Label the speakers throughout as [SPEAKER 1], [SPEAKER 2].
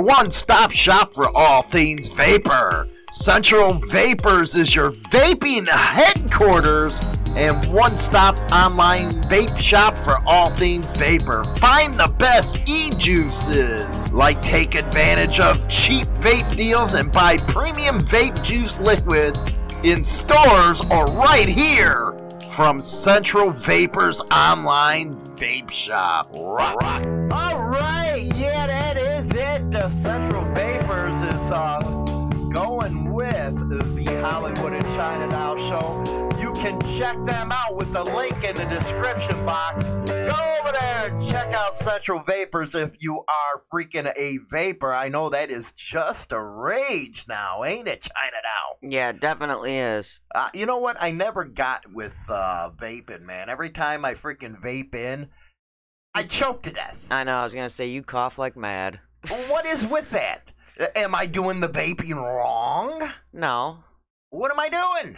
[SPEAKER 1] one stop shop for all things vapor. Central Vapors is your vaping headquarters and one stop online vape shop for all things vapor. Find the best e juices, like take advantage of cheap vape deals and buy premium vape juice liquids in stores or right here from Central Vapors Online Vape Shop. Rock, rock. All right, yeah, that is it. The Central Vapors is uh, going with the Hollywood and China Now show. You can check them out with the link in the description box. Go over there and check out Central Vapors if you are freaking a vapor. I know that is just a rage now, ain't it, China Now?
[SPEAKER 2] Yeah, it definitely is.
[SPEAKER 1] Uh, you know what? I never got with uh, vaping, man. Every time I freaking vape in, I choke to death.
[SPEAKER 2] I know. I was gonna say you cough like mad.
[SPEAKER 1] what is with that? A- Am I doing the vaping wrong?
[SPEAKER 2] No,
[SPEAKER 1] What am I doing?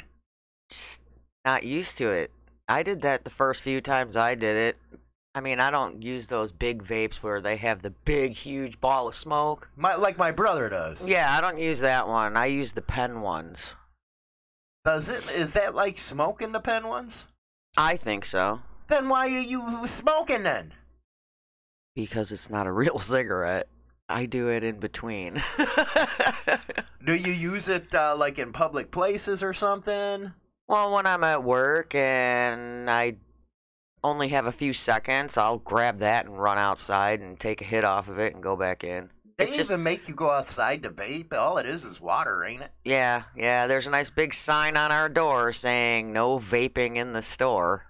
[SPEAKER 2] just not used to it. I did that the first few times I did it. I mean, I don't use those big vapes where they have the big, huge ball of smoke.
[SPEAKER 1] My, like my brother does.
[SPEAKER 2] Yeah, I don't use that one. I use the pen ones.
[SPEAKER 1] Does it? Is that like smoking the pen ones?
[SPEAKER 2] I think so
[SPEAKER 1] Then why are you smoking then?
[SPEAKER 2] because it's not a real cigarette. I do it in between.
[SPEAKER 1] Do you use it uh, like in public places or something?
[SPEAKER 2] Well, when I'm at work and I only have a few seconds, I'll grab that and run outside and take a hit off of it and go back in.
[SPEAKER 1] They
[SPEAKER 2] It's just-
[SPEAKER 1] even make you go outside to vape. All it is is water, ain't it?
[SPEAKER 2] Yeah, yeah, there's a nice big sign on our door saying no vaping in the store.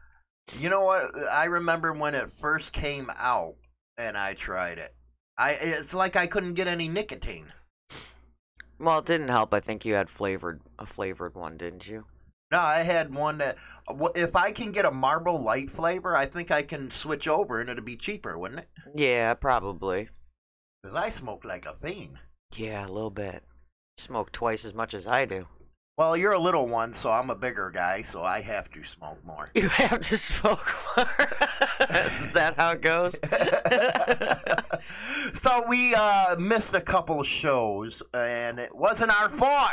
[SPEAKER 1] You know what? I remember when it first came out, and I tried it. I it's like I couldn't get any nicotine.
[SPEAKER 2] Well, it didn't help. I think you had flavored a flavored one, didn't you?
[SPEAKER 1] No, I had one that if I can get a Marlboro Light flavor, I think I can switch over, and it'd be cheaper, wouldn't it?
[SPEAKER 2] Yeah, probably.
[SPEAKER 1] Because I smoke like a fiend.
[SPEAKER 2] Yeah, a little bit. Smoke twice as much as I do.
[SPEAKER 1] Well, you're a little one, so I'm a bigger guy, so I have to smoke more.
[SPEAKER 2] You have to smoke more. Is that how it goes?
[SPEAKER 1] so we uh, missed a couple shows, and it wasn't our fault.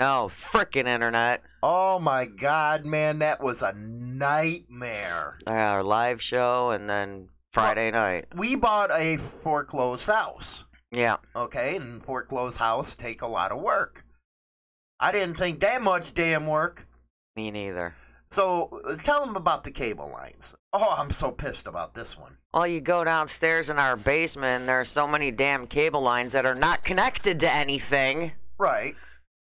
[SPEAKER 2] no, frickin' internet.
[SPEAKER 1] Oh my God, man, that was a nightmare.
[SPEAKER 2] our live show and then Friday night.
[SPEAKER 1] We bought a foreclosed house,
[SPEAKER 2] Yeah.
[SPEAKER 1] okay, and foreclosed house take a lot of work. I didn't think that much damn work.
[SPEAKER 2] Me neither.
[SPEAKER 1] So uh, tell them about the cable lines. Oh, I'm so pissed about this one.
[SPEAKER 2] Well, you go downstairs in our basement, and there are so many damn cable lines that are not connected to anything.
[SPEAKER 1] Right.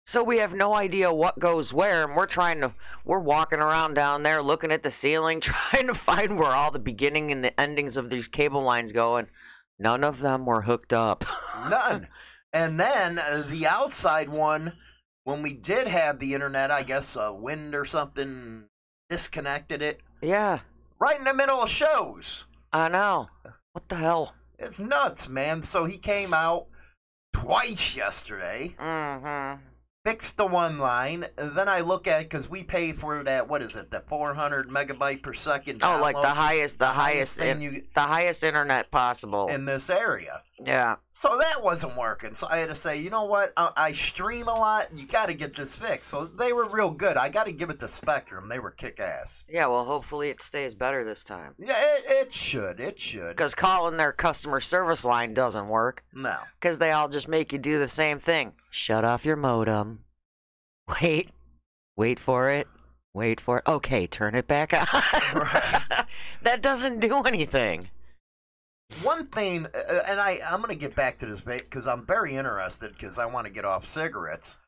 [SPEAKER 2] So we have no idea what goes where, and we're trying to, we're walking around down there looking at the ceiling, trying to find where all the beginning and the endings of these cable lines go, and none of them were hooked up.
[SPEAKER 1] None. and then uh, the outside one, when we did have the internet, I guess uh, wind or something disconnected it
[SPEAKER 2] yeah,
[SPEAKER 1] right in the middle of shows.
[SPEAKER 2] I know. What the hell?
[SPEAKER 1] It's nuts, man. So he came out twice yesterday,
[SPEAKER 2] Mm hmm.
[SPEAKER 1] fixed the one line. And then I look at because we pay for that. What is it? The 400 megabyte per second.
[SPEAKER 2] Oh, like the
[SPEAKER 1] download
[SPEAKER 2] highest, the highest,
[SPEAKER 1] thing
[SPEAKER 2] in, Oh.
[SPEAKER 1] you
[SPEAKER 2] the highest internet possible.
[SPEAKER 1] in this area.
[SPEAKER 2] yeah.
[SPEAKER 1] So that wasn't working. So I had to say, you know what? I, I stream a lot. You got to get this fixed. So they were real good. I got to give it to Spectrum. They were kick ass.
[SPEAKER 2] Yeah, well, hopefully it stays better this time.
[SPEAKER 1] Yeah, it, it should. It should.
[SPEAKER 2] Because calling their customer service line doesn't work.
[SPEAKER 1] No.
[SPEAKER 2] Because they all just make you do the same thing shut off your modem. Wait. Wait for it. Wait for it. Okay, turn it back on.
[SPEAKER 1] Right.
[SPEAKER 2] that doesn't do anything.
[SPEAKER 1] One thing, uh, and I, I'm going to get back to this because I'm very interested because I want to get off cigarettes.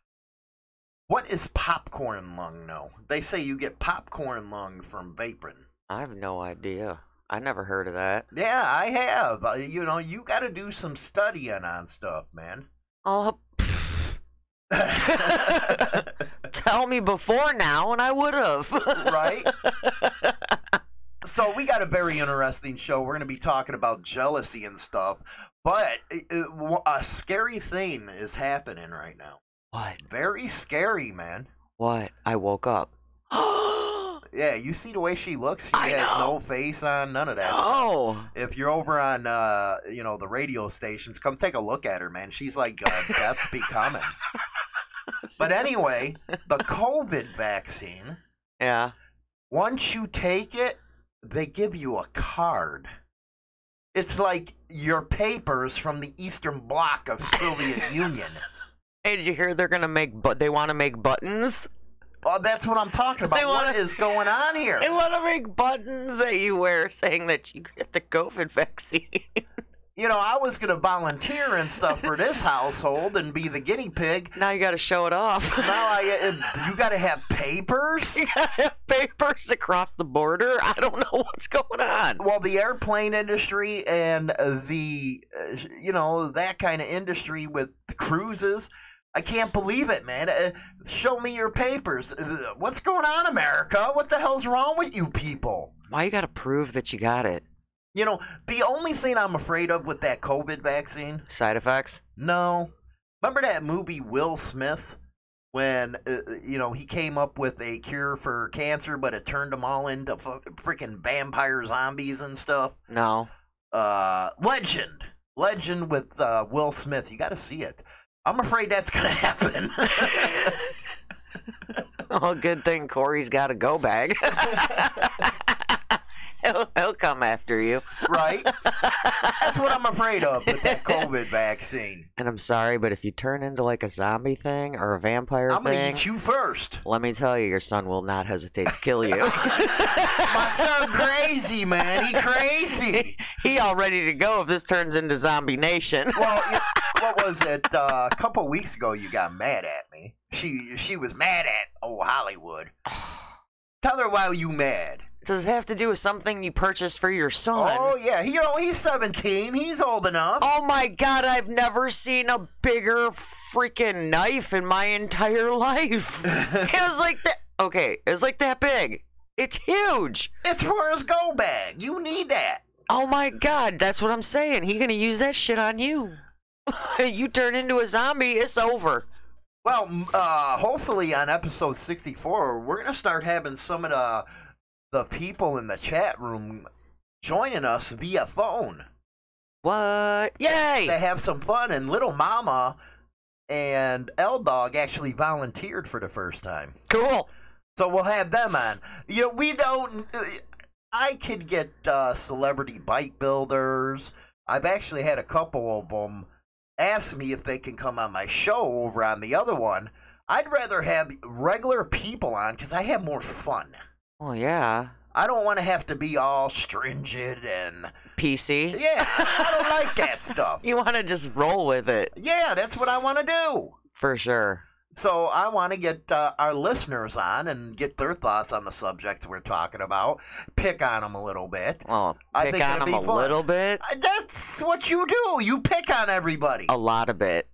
[SPEAKER 1] What is popcorn lung, though? They say you get popcorn lung from vaping.
[SPEAKER 2] I have no idea. I never heard of that.
[SPEAKER 1] Yeah, I have. Uh, You know, you got to do some studying on stuff, man.
[SPEAKER 2] Oh, pff. tell me before now, and I would have.
[SPEAKER 1] right? so we got a very interesting show. We're going to be talking about jealousy and stuff, but it, it, w- a scary thing is happening right now.
[SPEAKER 2] what?
[SPEAKER 1] Very scary, man.
[SPEAKER 2] What? I woke up.
[SPEAKER 1] Yeah, you see the way she looks. She
[SPEAKER 2] I
[SPEAKER 1] has
[SPEAKER 2] know.
[SPEAKER 1] no face on, none of that.
[SPEAKER 2] Oh,
[SPEAKER 1] If you're over on, uh, you know, the radio stations, come take a look at her, man. She's like uh, death becoming. But anyway, the COVID vaccine.
[SPEAKER 2] yeah.
[SPEAKER 1] Once you take it, they give you a card. It's like your papers from the Eastern Bloc of Soviet Union.
[SPEAKER 2] Hey, did you hear they're gonna make but they want to make buttons?
[SPEAKER 1] Well, that's what I'm talking about.
[SPEAKER 2] They
[SPEAKER 1] What
[SPEAKER 2] wanna-
[SPEAKER 1] is going on here?
[SPEAKER 2] They want to make buttons that you wear saying that you get the COVID vaccine.
[SPEAKER 1] You know, I was gonna volunteer and stuff for this household and be the guinea pig.
[SPEAKER 2] now you got to show it off.
[SPEAKER 1] Now I, uh, you gotta have papers.
[SPEAKER 2] you got to have papers across the border. I don't know what's going on.
[SPEAKER 1] Well, the airplane industry and the, uh, you know, that kind of industry with cruises. I can't believe it, man. Uh, show me your papers. Uh, What's going on, America? What the hell's wrong with you people?
[SPEAKER 2] Why you got to prove that you got it?
[SPEAKER 1] You know, the only thing I'm afraid of with that COVID vaccine,
[SPEAKER 2] Side effects?
[SPEAKER 1] no. Remember that movie Will Smith when, uh, you know, he came up with a cure for cancer, but it turned them all into fuck freaking vampire zombies and stuff?
[SPEAKER 2] No.
[SPEAKER 1] uh, Legend. Legend with uh, Will Smith. You got to see it. I'm afraid that's going to happen.
[SPEAKER 2] Oh, good thing Corey's got a go bag. he'll, he'll come after you.
[SPEAKER 1] right? That's what I'm afraid of with that COVID vaccine.
[SPEAKER 2] And I'm sorry, but if you turn into like a zombie thing or a vampire
[SPEAKER 1] I'm going to
[SPEAKER 2] thing,
[SPEAKER 1] get you first.
[SPEAKER 2] let me tell you, your son will not hesitate to kill you.
[SPEAKER 1] My son crazy, man. He crazy.
[SPEAKER 2] he all ready to go if this turns into Zombie Nation.
[SPEAKER 1] Well, you- what was it? Uh, a couple weeks ago, you got mad at me. She she was mad at oh Hollywood. Tell her why you mad.
[SPEAKER 2] Does it have to do with something you purchased for your son?
[SPEAKER 1] Oh
[SPEAKER 2] Oh,
[SPEAKER 1] yeah, you know he's 17. He's old enough.
[SPEAKER 2] my god, I've never seen a bigger freaking knife in my entire life. it was like that. Okay, it was like that big. It's huge.
[SPEAKER 1] It's for his go bag. You need that.
[SPEAKER 2] Oh my god, that's what I'm saying. He gonna use that shit on you. you turn into a zombie, it's over.
[SPEAKER 1] Well, m- uh, hopefully on episode 64, we're going to start having some of the, the people in the chat room joining us via phone to
[SPEAKER 2] What? Yay!
[SPEAKER 1] have some fun. And Little Mama and L Dog actually volunteered for the first time.
[SPEAKER 2] Cool.
[SPEAKER 1] So we'll have them on. You know, we don't. uh, I could get uh, celebrity bike builders. I've actually had a couple of them ask me if they can come on my show over on the other one. I'd rather have regular people on because I have more fun.
[SPEAKER 2] Well, yeah.
[SPEAKER 1] I don't want to have to be all stringent and
[SPEAKER 2] PC.
[SPEAKER 1] yeah, I don't like that stuff.
[SPEAKER 2] You want to just roll with it
[SPEAKER 1] Yeah, that's what I want to do.
[SPEAKER 2] for sure.
[SPEAKER 1] So I want to get uh, our listeners on and get their thoughts on the subjects we're talking about. Pick on them a little bit.
[SPEAKER 2] Well,
[SPEAKER 1] I
[SPEAKER 2] pick
[SPEAKER 1] think
[SPEAKER 2] on
[SPEAKER 1] it'd
[SPEAKER 2] him a
[SPEAKER 1] be fun.
[SPEAKER 2] little bit,
[SPEAKER 1] Uh, That's what you do. You pick on everybody.
[SPEAKER 2] a lot of bit.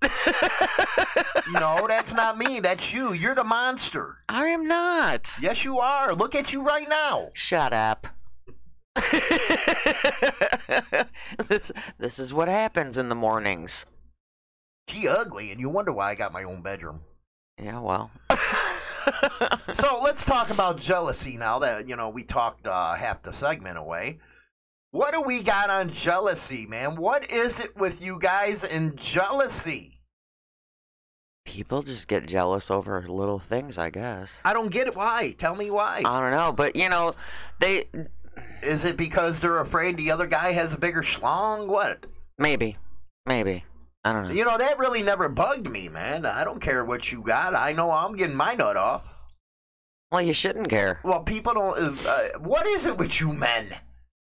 [SPEAKER 1] No, that's not me. That's you. You're the monster.
[SPEAKER 2] I am not.
[SPEAKER 1] Yes, you are. Look at you right now.
[SPEAKER 2] Shut up. this, this is what happens in the mornings.
[SPEAKER 1] She ugly, and you wonder why I got my own bedroom.
[SPEAKER 2] Yeah, well.
[SPEAKER 1] so let's talk about jealousy now that you know we talked uh, half the segment away. What do we got on jealousy, man? What is it with you guys and jealousy?
[SPEAKER 2] People just get jealous over little things, I guess.
[SPEAKER 1] I don't get it. Why? Tell me why.
[SPEAKER 2] I don't know, but you know, they
[SPEAKER 1] Is it because they're afraid the other guy has a bigger schlong? What?
[SPEAKER 2] maybe, maybe. I don't know.
[SPEAKER 1] You know, that really never bugged me, man. I don't care what you got. I know I'm getting my nut off.
[SPEAKER 2] Well, you shouldn't care.
[SPEAKER 1] Well, people don't. Uh, what is it with you men?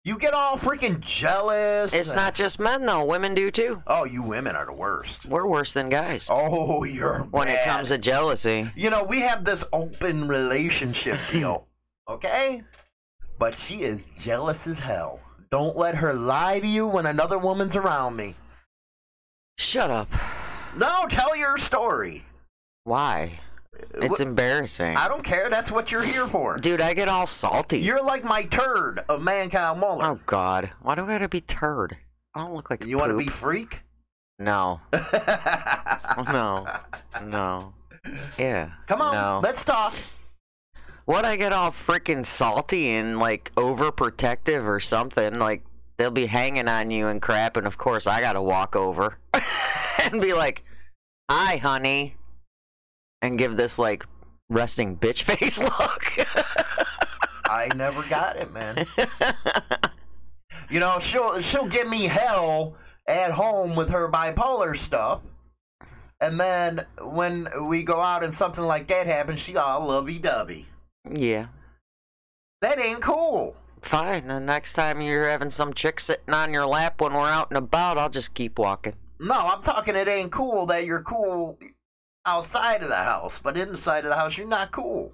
[SPEAKER 1] You get all freaking jealous.
[SPEAKER 2] It's not just men though; women do too.
[SPEAKER 1] Oh, you women are the worst.
[SPEAKER 2] We're worse than guys
[SPEAKER 1] Oh, you're.
[SPEAKER 2] when it
[SPEAKER 1] bad.
[SPEAKER 2] comes to jealousy.
[SPEAKER 1] You know, we have this open relationship deal, okay? But she is jealous as hell. Don't let her lie to you when another woman's around me.
[SPEAKER 2] Shut up.
[SPEAKER 1] No, tell your story.
[SPEAKER 2] Why? It's embarrassing.
[SPEAKER 1] Uh, I don't care. That's what you're here for.
[SPEAKER 2] Dude, I get all salty.
[SPEAKER 1] You're like my turd of mankind Muller.
[SPEAKER 2] oh God, why do I gotta be turd? I don't look like
[SPEAKER 1] you
[SPEAKER 2] want to
[SPEAKER 1] be freak?
[SPEAKER 2] No, no, no. Yeah.
[SPEAKER 1] Come on,
[SPEAKER 2] No.
[SPEAKER 1] let's talk.
[SPEAKER 2] What I get all freaking salty and like overprotective or something? Like they'll be hanging on you and crap, and of course I gotta walk over and be like, "Hi, honey," and give this like resting bitch face look.
[SPEAKER 1] I never got it, man. you know, she'll she'll give me hell at home with her bipolar stuff. And then when we go out and something like that happens, she all lovey dovey.
[SPEAKER 2] yeah.
[SPEAKER 1] That ain't cool.
[SPEAKER 2] Fine. The next time you're having some chick sitting on your lap when we're out and about, I'll just keep walking.
[SPEAKER 1] No, I'm talking it ain't cool that you're cool outside of the house, but inside of the house you're not cool.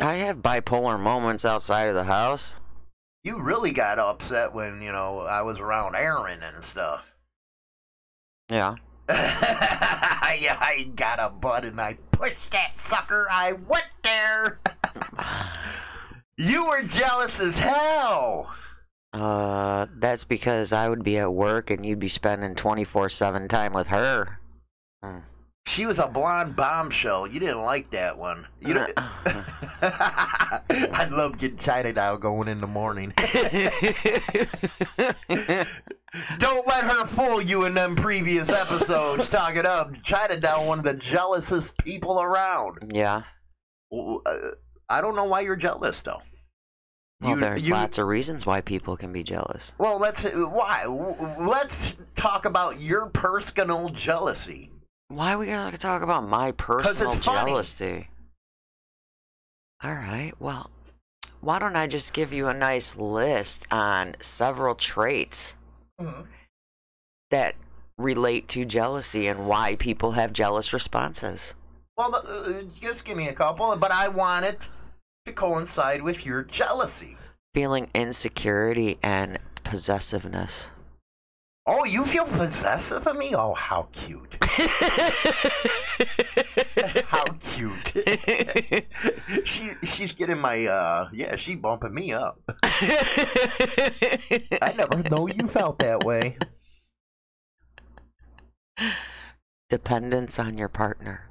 [SPEAKER 2] I have bipolar moments outside of the house.
[SPEAKER 1] You really got upset when, you know, I was around Aaron and stuff.
[SPEAKER 2] Yeah.
[SPEAKER 1] yeah, I got a butt and I pushed that sucker. I went there. you were jealous as hell.
[SPEAKER 2] Uh, that's because I would be at work and you'd be spending 24 7 time with her. Mm.
[SPEAKER 1] She was a blonde bombshell. You didn't like that one. You don't... I love getting chided out going in the morning. Don't let her fool you in them previous episodes. Talk it up. China down one of the jealousest people around.
[SPEAKER 2] yeah.
[SPEAKER 1] W- uh, I don't know why you're jealous though.
[SPEAKER 2] Well,
[SPEAKER 1] You-
[SPEAKER 2] there's
[SPEAKER 1] you-
[SPEAKER 2] lots of reasons why people can be jealous.
[SPEAKER 1] Well, let's uh, why. W- Let's talk about your personal jealousy.
[SPEAKER 2] Why are we going to talk about my
[SPEAKER 1] it's
[SPEAKER 2] personal
[SPEAKER 1] funny.
[SPEAKER 2] jealousy? All right. Well, why don't I just give you a nice list on several traits
[SPEAKER 1] Mm-hmm.
[SPEAKER 2] that relate to jealousy and why people have jealous responses?
[SPEAKER 1] Well, uh, just give me a couple, but I want it to coincide with your jealousy.
[SPEAKER 2] Feeling insecurity and possessiveness.
[SPEAKER 1] Oh, you feel possessive of me? Oh, how cute. how cute. she she's getting my uh yeah, she bumping me up. I never know you felt that way.
[SPEAKER 2] Dependence on your partner.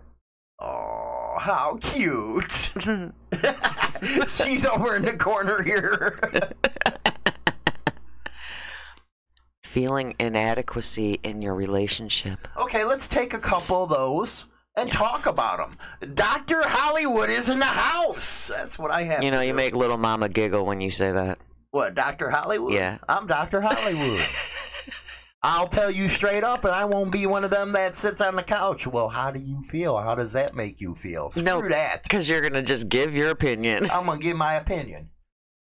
[SPEAKER 1] Oh, how cute. she's over in the corner here.
[SPEAKER 2] Feeling inadequacy in your relationship.
[SPEAKER 1] okay, let's take a couple of those and talk about them. Dr. Hollywood is in the house. That's what I have.
[SPEAKER 2] You know,
[SPEAKER 1] to
[SPEAKER 2] you
[SPEAKER 1] do.
[SPEAKER 2] make little mama giggle when you say that.
[SPEAKER 1] What, Dr. Hollywood?
[SPEAKER 2] Yeah.
[SPEAKER 1] I'm Dr. Hollywood. I'll tell you straight up, and I won't be one of them that sits on the couch. Well, how do you feel? How does that make you feel? Screw
[SPEAKER 2] No.
[SPEAKER 1] that.
[SPEAKER 2] Because you're going to just give your opinion.
[SPEAKER 1] I'm going to give my opinion.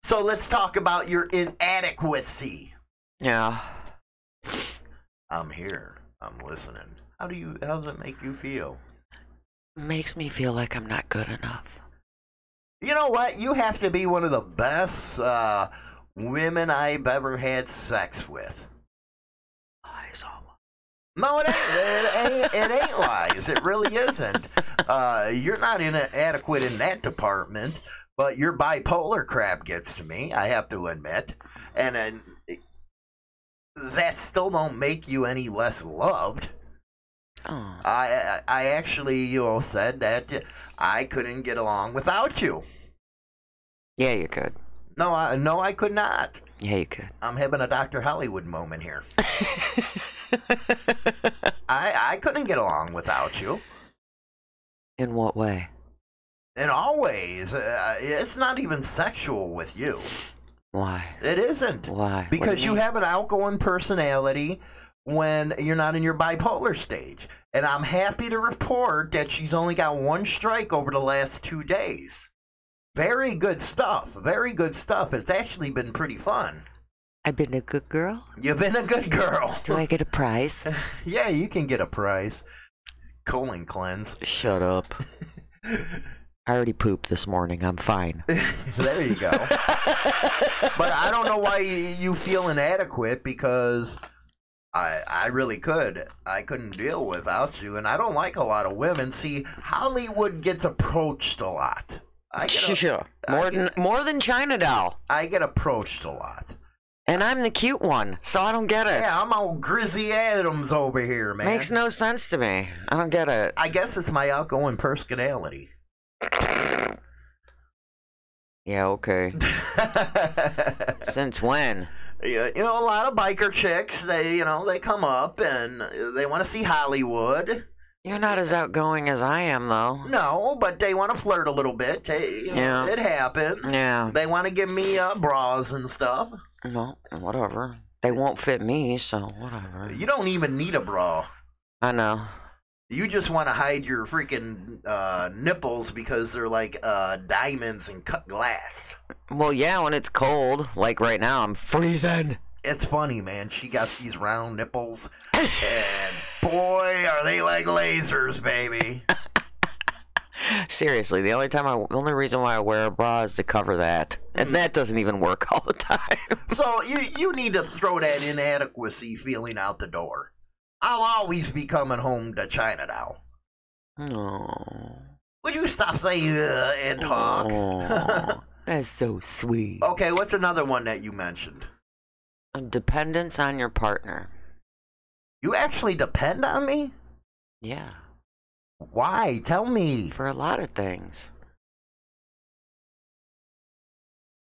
[SPEAKER 1] So let's talk about your inadequacy.
[SPEAKER 2] Yeah.
[SPEAKER 1] I'm here. I'm listening. How do you, how does it make you feel?
[SPEAKER 2] Makes me feel like I'm not good enough.
[SPEAKER 1] You know what? You have to be one of the best uh, women I've ever had sex with.
[SPEAKER 2] I saw one.
[SPEAKER 1] No, it ain't. It ain't, it ain't lies. It really isn't. Uh, you're not inadequate in that department, but your bipolar crap gets to me. I have to admit, and then that still don't make you any less loved.
[SPEAKER 2] Oh.
[SPEAKER 1] I I I actually you know said that I couldn't get along without you.
[SPEAKER 2] Yeah, you could.
[SPEAKER 1] No, I no I could not.
[SPEAKER 2] Yeah, you could.
[SPEAKER 1] I'm having a Dr. Hollywood moment here. I I couldn't get along without you.
[SPEAKER 2] In what way?
[SPEAKER 1] And always, uh, it's not even sexual with you.
[SPEAKER 2] Why?
[SPEAKER 1] It isn't.
[SPEAKER 2] Why? What do
[SPEAKER 1] Because you
[SPEAKER 2] mean?
[SPEAKER 1] have an outgoing personality when you're not in your bipolar stage. And I'm happy to report that she's only got one strike over the last two days. Very good stuff. Very good stuff. It's actually been pretty fun.
[SPEAKER 2] I've been a good girl.
[SPEAKER 1] You've been a good girl.
[SPEAKER 2] Do I get a prize?
[SPEAKER 1] yeah, you can get a prize. Colon cleanse.
[SPEAKER 2] Shut up. I already pooped this morning. I'm fine.
[SPEAKER 1] There you go. but I don't know why y- you feel inadequate because I I really could. I couldn't deal without you, and I don't like a lot of women. See, Hollywood gets approached a lot. I get a,
[SPEAKER 2] Sure. More than more than China doll.
[SPEAKER 1] I get approached a lot.
[SPEAKER 2] And I'm the cute one, so I don't get it.
[SPEAKER 1] Yeah, I'm old Grizzy Adams over here, man.
[SPEAKER 2] Makes no sense to me. I don't get it.
[SPEAKER 1] I guess it's my outgoing personality.
[SPEAKER 2] Yeah, okay. Since when?
[SPEAKER 1] Yeah, you know, a lot of biker chicks, they, you know, they come up and they want to see Hollywood.
[SPEAKER 2] You're not as outgoing as I am, though.
[SPEAKER 1] No, but they want to flirt a little bit. They, you know,
[SPEAKER 2] Yeah.
[SPEAKER 1] It happens.
[SPEAKER 2] Yeah.
[SPEAKER 1] They want to give me uh, bras and stuff.
[SPEAKER 2] Well, whatever. They won't fit me, so whatever.
[SPEAKER 1] You don't even need a bra.
[SPEAKER 2] I know.
[SPEAKER 1] You just want to hide your freaking uh, nipples because they're like uh, diamonds and cut glass.
[SPEAKER 2] Well, yeah, when it's cold, like right now, I'm freezing.
[SPEAKER 1] It's funny, man. She got these round nipples, and boy, are they like lasers, baby.
[SPEAKER 2] Seriously, the only time I, the only reason why I wear a bra is to cover that, and that doesn't even work all the time.
[SPEAKER 1] So you you need to throw that inadequacy feeling out the door. I'll always be coming home to Chinatown.
[SPEAKER 2] No.
[SPEAKER 1] Would you stop saying uh, and talk?
[SPEAKER 2] Aw, that's so sweet.
[SPEAKER 1] okay, what's another one that you mentioned?
[SPEAKER 2] Dependence on your partner.
[SPEAKER 1] You actually depend on me?
[SPEAKER 2] Yeah,
[SPEAKER 1] Why? Tell me.
[SPEAKER 2] for a lot of things.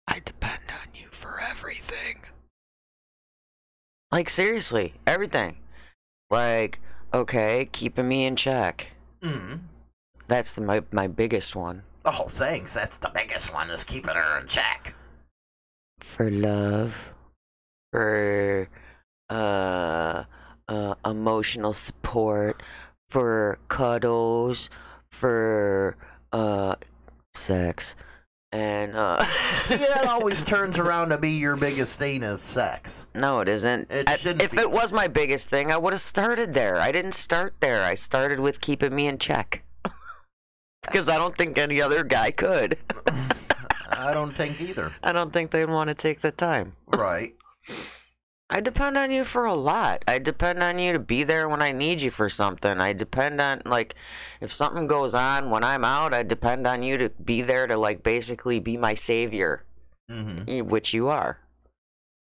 [SPEAKER 2] I depend on you for everything. Like seriously, everything. Like okay, keeping me in check.
[SPEAKER 1] Mm.
[SPEAKER 2] That's the, my my biggest one.
[SPEAKER 1] Oh, thanks. That's the biggest one is keeping her in check.
[SPEAKER 2] for love, for uh, uh, emotional support, for cuddles, for uh, sex, and uh,
[SPEAKER 1] See, that always turns around to be your biggest thing is sex.
[SPEAKER 2] no, it isn't.
[SPEAKER 1] It
[SPEAKER 2] I-
[SPEAKER 1] shouldn't
[SPEAKER 2] if
[SPEAKER 1] be.
[SPEAKER 2] it was my biggest thing, I would have started there. I didn't start there. I started with keeping me in check. Because I don't think any other guy could.
[SPEAKER 1] I don't think either.
[SPEAKER 2] I don't think they'd want to take the time.
[SPEAKER 1] Right.
[SPEAKER 2] I depend on you for a lot. I depend on you to be there when I need you for something. I depend on like if something goes on when I'm out, I depend on you to be there to like basically be my savior,
[SPEAKER 1] hmm
[SPEAKER 2] eh, which you are.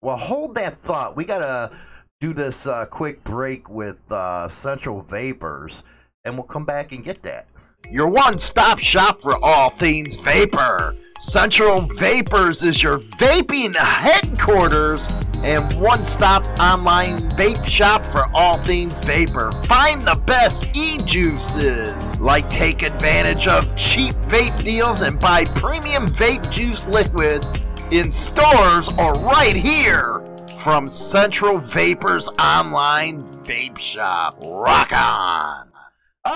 [SPEAKER 1] Well, hold that thought. We gotta do this uh, quick break with uh, Central Vapors, and we'll come back and get that. Your one stop shop for all things vapor. Central Vapors is your vaping headquarters and one stop online vape shop for all things vapor. Find the best e juices, like take advantage of cheap vape deals and buy premium vape juice liquids in stores or right here from Central Vapors Online Vape Shop. Rock on!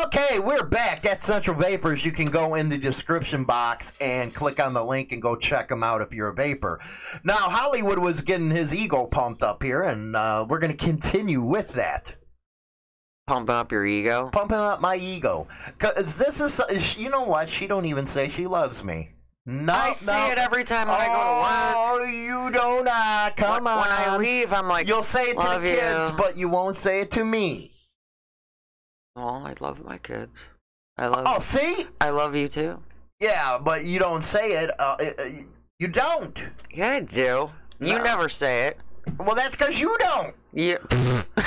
[SPEAKER 1] Okay, we're back. That's Central Vapors. You can go in the description box and click on the link and go check them out if you're a vapor. Now, Hollywood was getting his ego pumped up here, and uh, we're going to continue with that.
[SPEAKER 2] Pumping up your ego.
[SPEAKER 1] Pumping up my ego. Because this is, you know what? She don't even say she loves me. No,
[SPEAKER 2] I see
[SPEAKER 1] no.
[SPEAKER 2] it every time when I go to work.
[SPEAKER 1] Oh, you do not. Come
[SPEAKER 2] when,
[SPEAKER 1] on.
[SPEAKER 2] when I leave, I'm like,
[SPEAKER 1] You'll say it to the
[SPEAKER 2] love you.
[SPEAKER 1] kids, but you won't say it to me.
[SPEAKER 2] "Well, I love my kids. I love.
[SPEAKER 1] Oh, see?
[SPEAKER 2] I love you too.
[SPEAKER 1] Yeah, but you don't say it. Uh, uh, you don't.
[SPEAKER 2] Yeah, I do. You
[SPEAKER 1] No.
[SPEAKER 2] never say it.
[SPEAKER 1] Well, that's because you don't.
[SPEAKER 2] Yeah.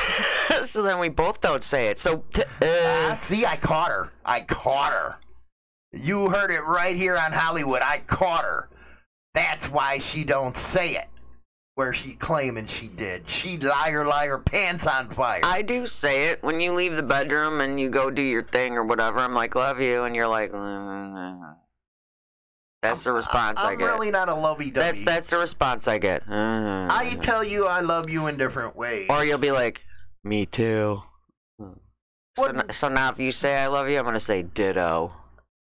[SPEAKER 2] so then we both don't say it. So t-
[SPEAKER 1] Ah,
[SPEAKER 2] uh,
[SPEAKER 1] see, I caught her. I caught her. You heard it right here on Hollywood. I caught her. That's why she don't say it. Where she claiming she did. She liar, liar, pants on fire.
[SPEAKER 2] I do say it when you leave the bedroom and you go do your thing or whatever. I'm like, love you, and you're like, "Mm." that's the response I
[SPEAKER 1] I'm
[SPEAKER 2] get.
[SPEAKER 1] really not a lovey-dovey.
[SPEAKER 2] that's that's the response I get. "Mm."
[SPEAKER 1] I tell you I love you in different ways.
[SPEAKER 2] or you'll be like, me too. So,
[SPEAKER 1] What-
[SPEAKER 2] n- so now if you say I love you, I'm gonna say ditto.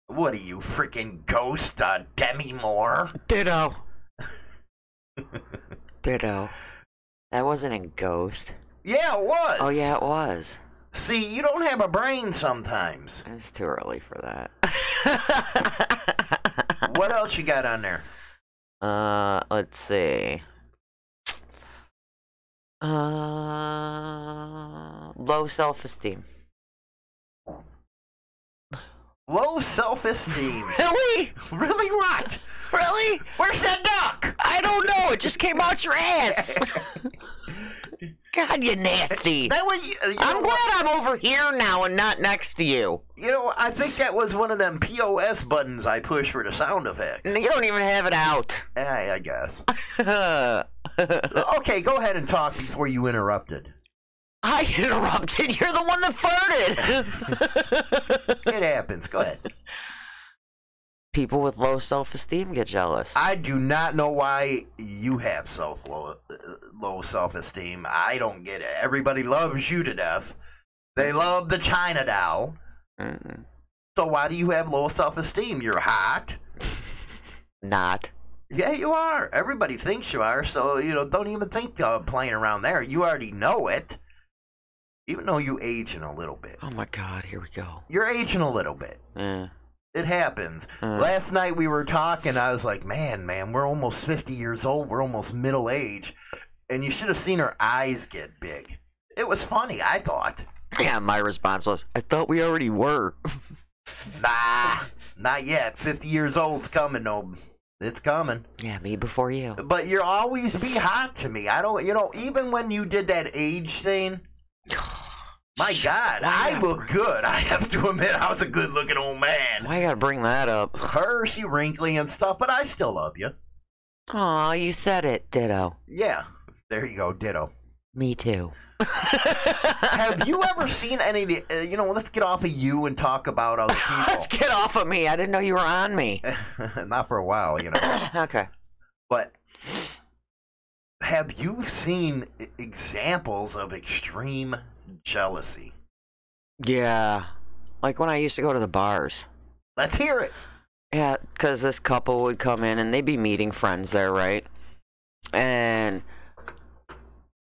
[SPEAKER 1] What are you, freaking ghost, uh, Demi Moore?
[SPEAKER 2] Ditto. ditto. That wasn't in Ghost.
[SPEAKER 1] Yeah, it was.
[SPEAKER 2] Oh yeah, it was.
[SPEAKER 1] See, you don't have a brain sometimes.
[SPEAKER 2] It's too early for that.
[SPEAKER 1] what else you got on there?
[SPEAKER 2] Uh, let's see. Uh, low self esteem.
[SPEAKER 1] Low self esteem.
[SPEAKER 2] Really?
[SPEAKER 1] really what?
[SPEAKER 2] Really?
[SPEAKER 1] Where's that duck?
[SPEAKER 2] I don't know. It just came out your ass. God, you nasty.
[SPEAKER 1] That was, you know,
[SPEAKER 2] I'm glad I'm over here now and not next to you.
[SPEAKER 1] you know, I think that was one of them POS buttons I pushed for the sound effect.
[SPEAKER 2] You don't even have it out.
[SPEAKER 1] I, I guess. okay, go ahead and talk before you interrupted.
[SPEAKER 2] I interrupted. You're the one that farted.
[SPEAKER 1] It happens. Go ahead.
[SPEAKER 2] People with low self esteem get jealous.
[SPEAKER 1] I do not know why you have self low, uh, low self esteem. I don't get it. Everybody loves you to death. They love the China doll.
[SPEAKER 2] Mm,
[SPEAKER 1] So why do you have low self esteem? You're hot.
[SPEAKER 2] not.
[SPEAKER 1] Yeah, you are. Everybody thinks you are. So you know, don't even think of playing around there. You already know it. Even though you aging a little bit,
[SPEAKER 2] Oh my God, here we go.
[SPEAKER 1] you're aging a little bit.
[SPEAKER 2] Yeah.
[SPEAKER 1] It happens.
[SPEAKER 2] Mm.
[SPEAKER 1] Last night we were talking. I was like, man, man, we're almost 50 years old. We're almost middle age. And you should have seen her eyes get big. It was funny, I thought.
[SPEAKER 2] yeah, my response was, I thought we already were.
[SPEAKER 1] Nah, not yet. 50 years old's coming, though. It's coming.
[SPEAKER 2] yeah, me before you.
[SPEAKER 1] But you'll always be hot to me. I don't, you know, even when you did that age thing, my God, I look good. I have to admit, I was a good looking old man.
[SPEAKER 2] Why you gotta bring that up?
[SPEAKER 1] Her, she wrinkly and stuff, but I still love you.
[SPEAKER 2] Aw, you said it, ditto.
[SPEAKER 1] Yeah, there you go, ditto.
[SPEAKER 2] Me too.
[SPEAKER 1] Have you ever seen any? of the- Uh, you know, let's get off of you and talk about other
[SPEAKER 2] Let's
[SPEAKER 1] people.
[SPEAKER 2] get off of me. I didn't know you were on me.
[SPEAKER 1] Not for a while, you know.
[SPEAKER 2] okay.
[SPEAKER 1] But have you seen e- examples of extreme jealousy?
[SPEAKER 2] Yeah. Like when I used to go to the bars.
[SPEAKER 1] Let's hear it.
[SPEAKER 2] Yeah, because this couple would come in and they'd be meeting friends there, right? And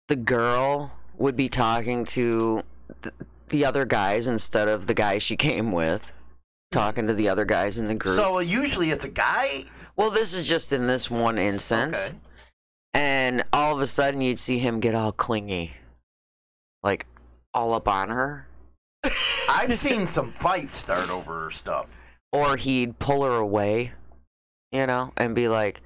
[SPEAKER 2] the girl would be talking to th- the other guys instead of the guy she came with, talking to the other guys in the group.
[SPEAKER 1] So uh, usually it's a guy.
[SPEAKER 2] well, this is just in this one instance.
[SPEAKER 1] Okay.
[SPEAKER 2] And all of a sudden, you'd see him get all clingy, like all up on her.
[SPEAKER 1] I've seen some fights start over stuff.
[SPEAKER 2] or he'd pull her away, you know, and be like,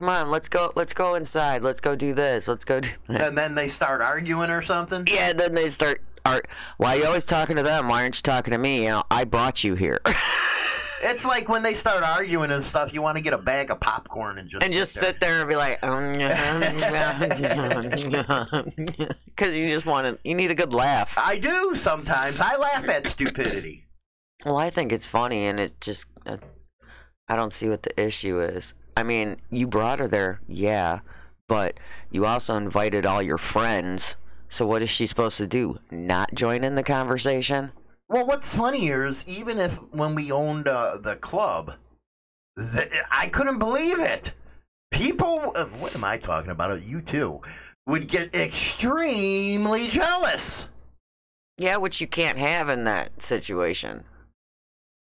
[SPEAKER 2] "Come on, let's go, let's go inside, let's go do this, let's go do." That.
[SPEAKER 1] And then they start arguing or something.
[SPEAKER 2] Yeah, then they start. Are, why are you always talking to them? Why aren't you talking to me? You know, I brought you here,
[SPEAKER 1] It's like when they start arguing and stuff, you want to get a bag of popcorn and just
[SPEAKER 2] and just
[SPEAKER 1] there.
[SPEAKER 2] sit there and be like, because you just want to. You need a good laugh.
[SPEAKER 1] I do sometimes. I laugh at stupidity.
[SPEAKER 2] Well, I think it's funny, and it just, uh, I don't see what the issue is. I mean, you brought her there, yeah, but you also invited all your friends. So what is she supposed to do? Not join in the conversation?
[SPEAKER 1] Well, what's funnier is even if when we owned uh, the club, th- I couldn't believe it. People, uh, what am I talking about? You too would get extremely jealous.
[SPEAKER 2] Yeah, which you can't have in that situation.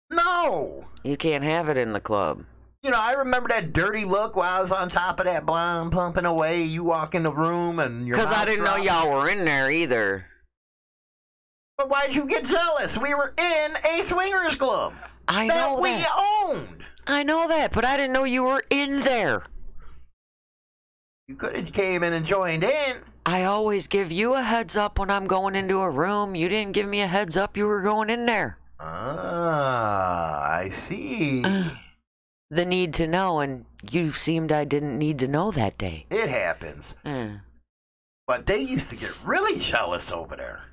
[SPEAKER 1] No,
[SPEAKER 2] You can't have it in the club.
[SPEAKER 1] you know I remember that dirty look while I was on top of that blind, pumping away. You walk in the room and your
[SPEAKER 2] Because I
[SPEAKER 1] mouth
[SPEAKER 2] didn't know
[SPEAKER 1] dropped.
[SPEAKER 2] y'all were in there either.
[SPEAKER 1] But why'd you get jealous? We were in a swingers club
[SPEAKER 2] I
[SPEAKER 1] that
[SPEAKER 2] know
[SPEAKER 1] we
[SPEAKER 2] that.
[SPEAKER 1] owned.
[SPEAKER 2] I know that, but I didn't know you were in there.
[SPEAKER 1] You could have came in and joined in.
[SPEAKER 2] I always give you a heads up when I'm going into a room. You didn't give me a heads up you were going in there.
[SPEAKER 1] Ah, I see.
[SPEAKER 2] the need to know, and you seemed I didn't need to know that day.
[SPEAKER 1] It happens.
[SPEAKER 2] Mm.
[SPEAKER 1] But they used to get really jealous over there.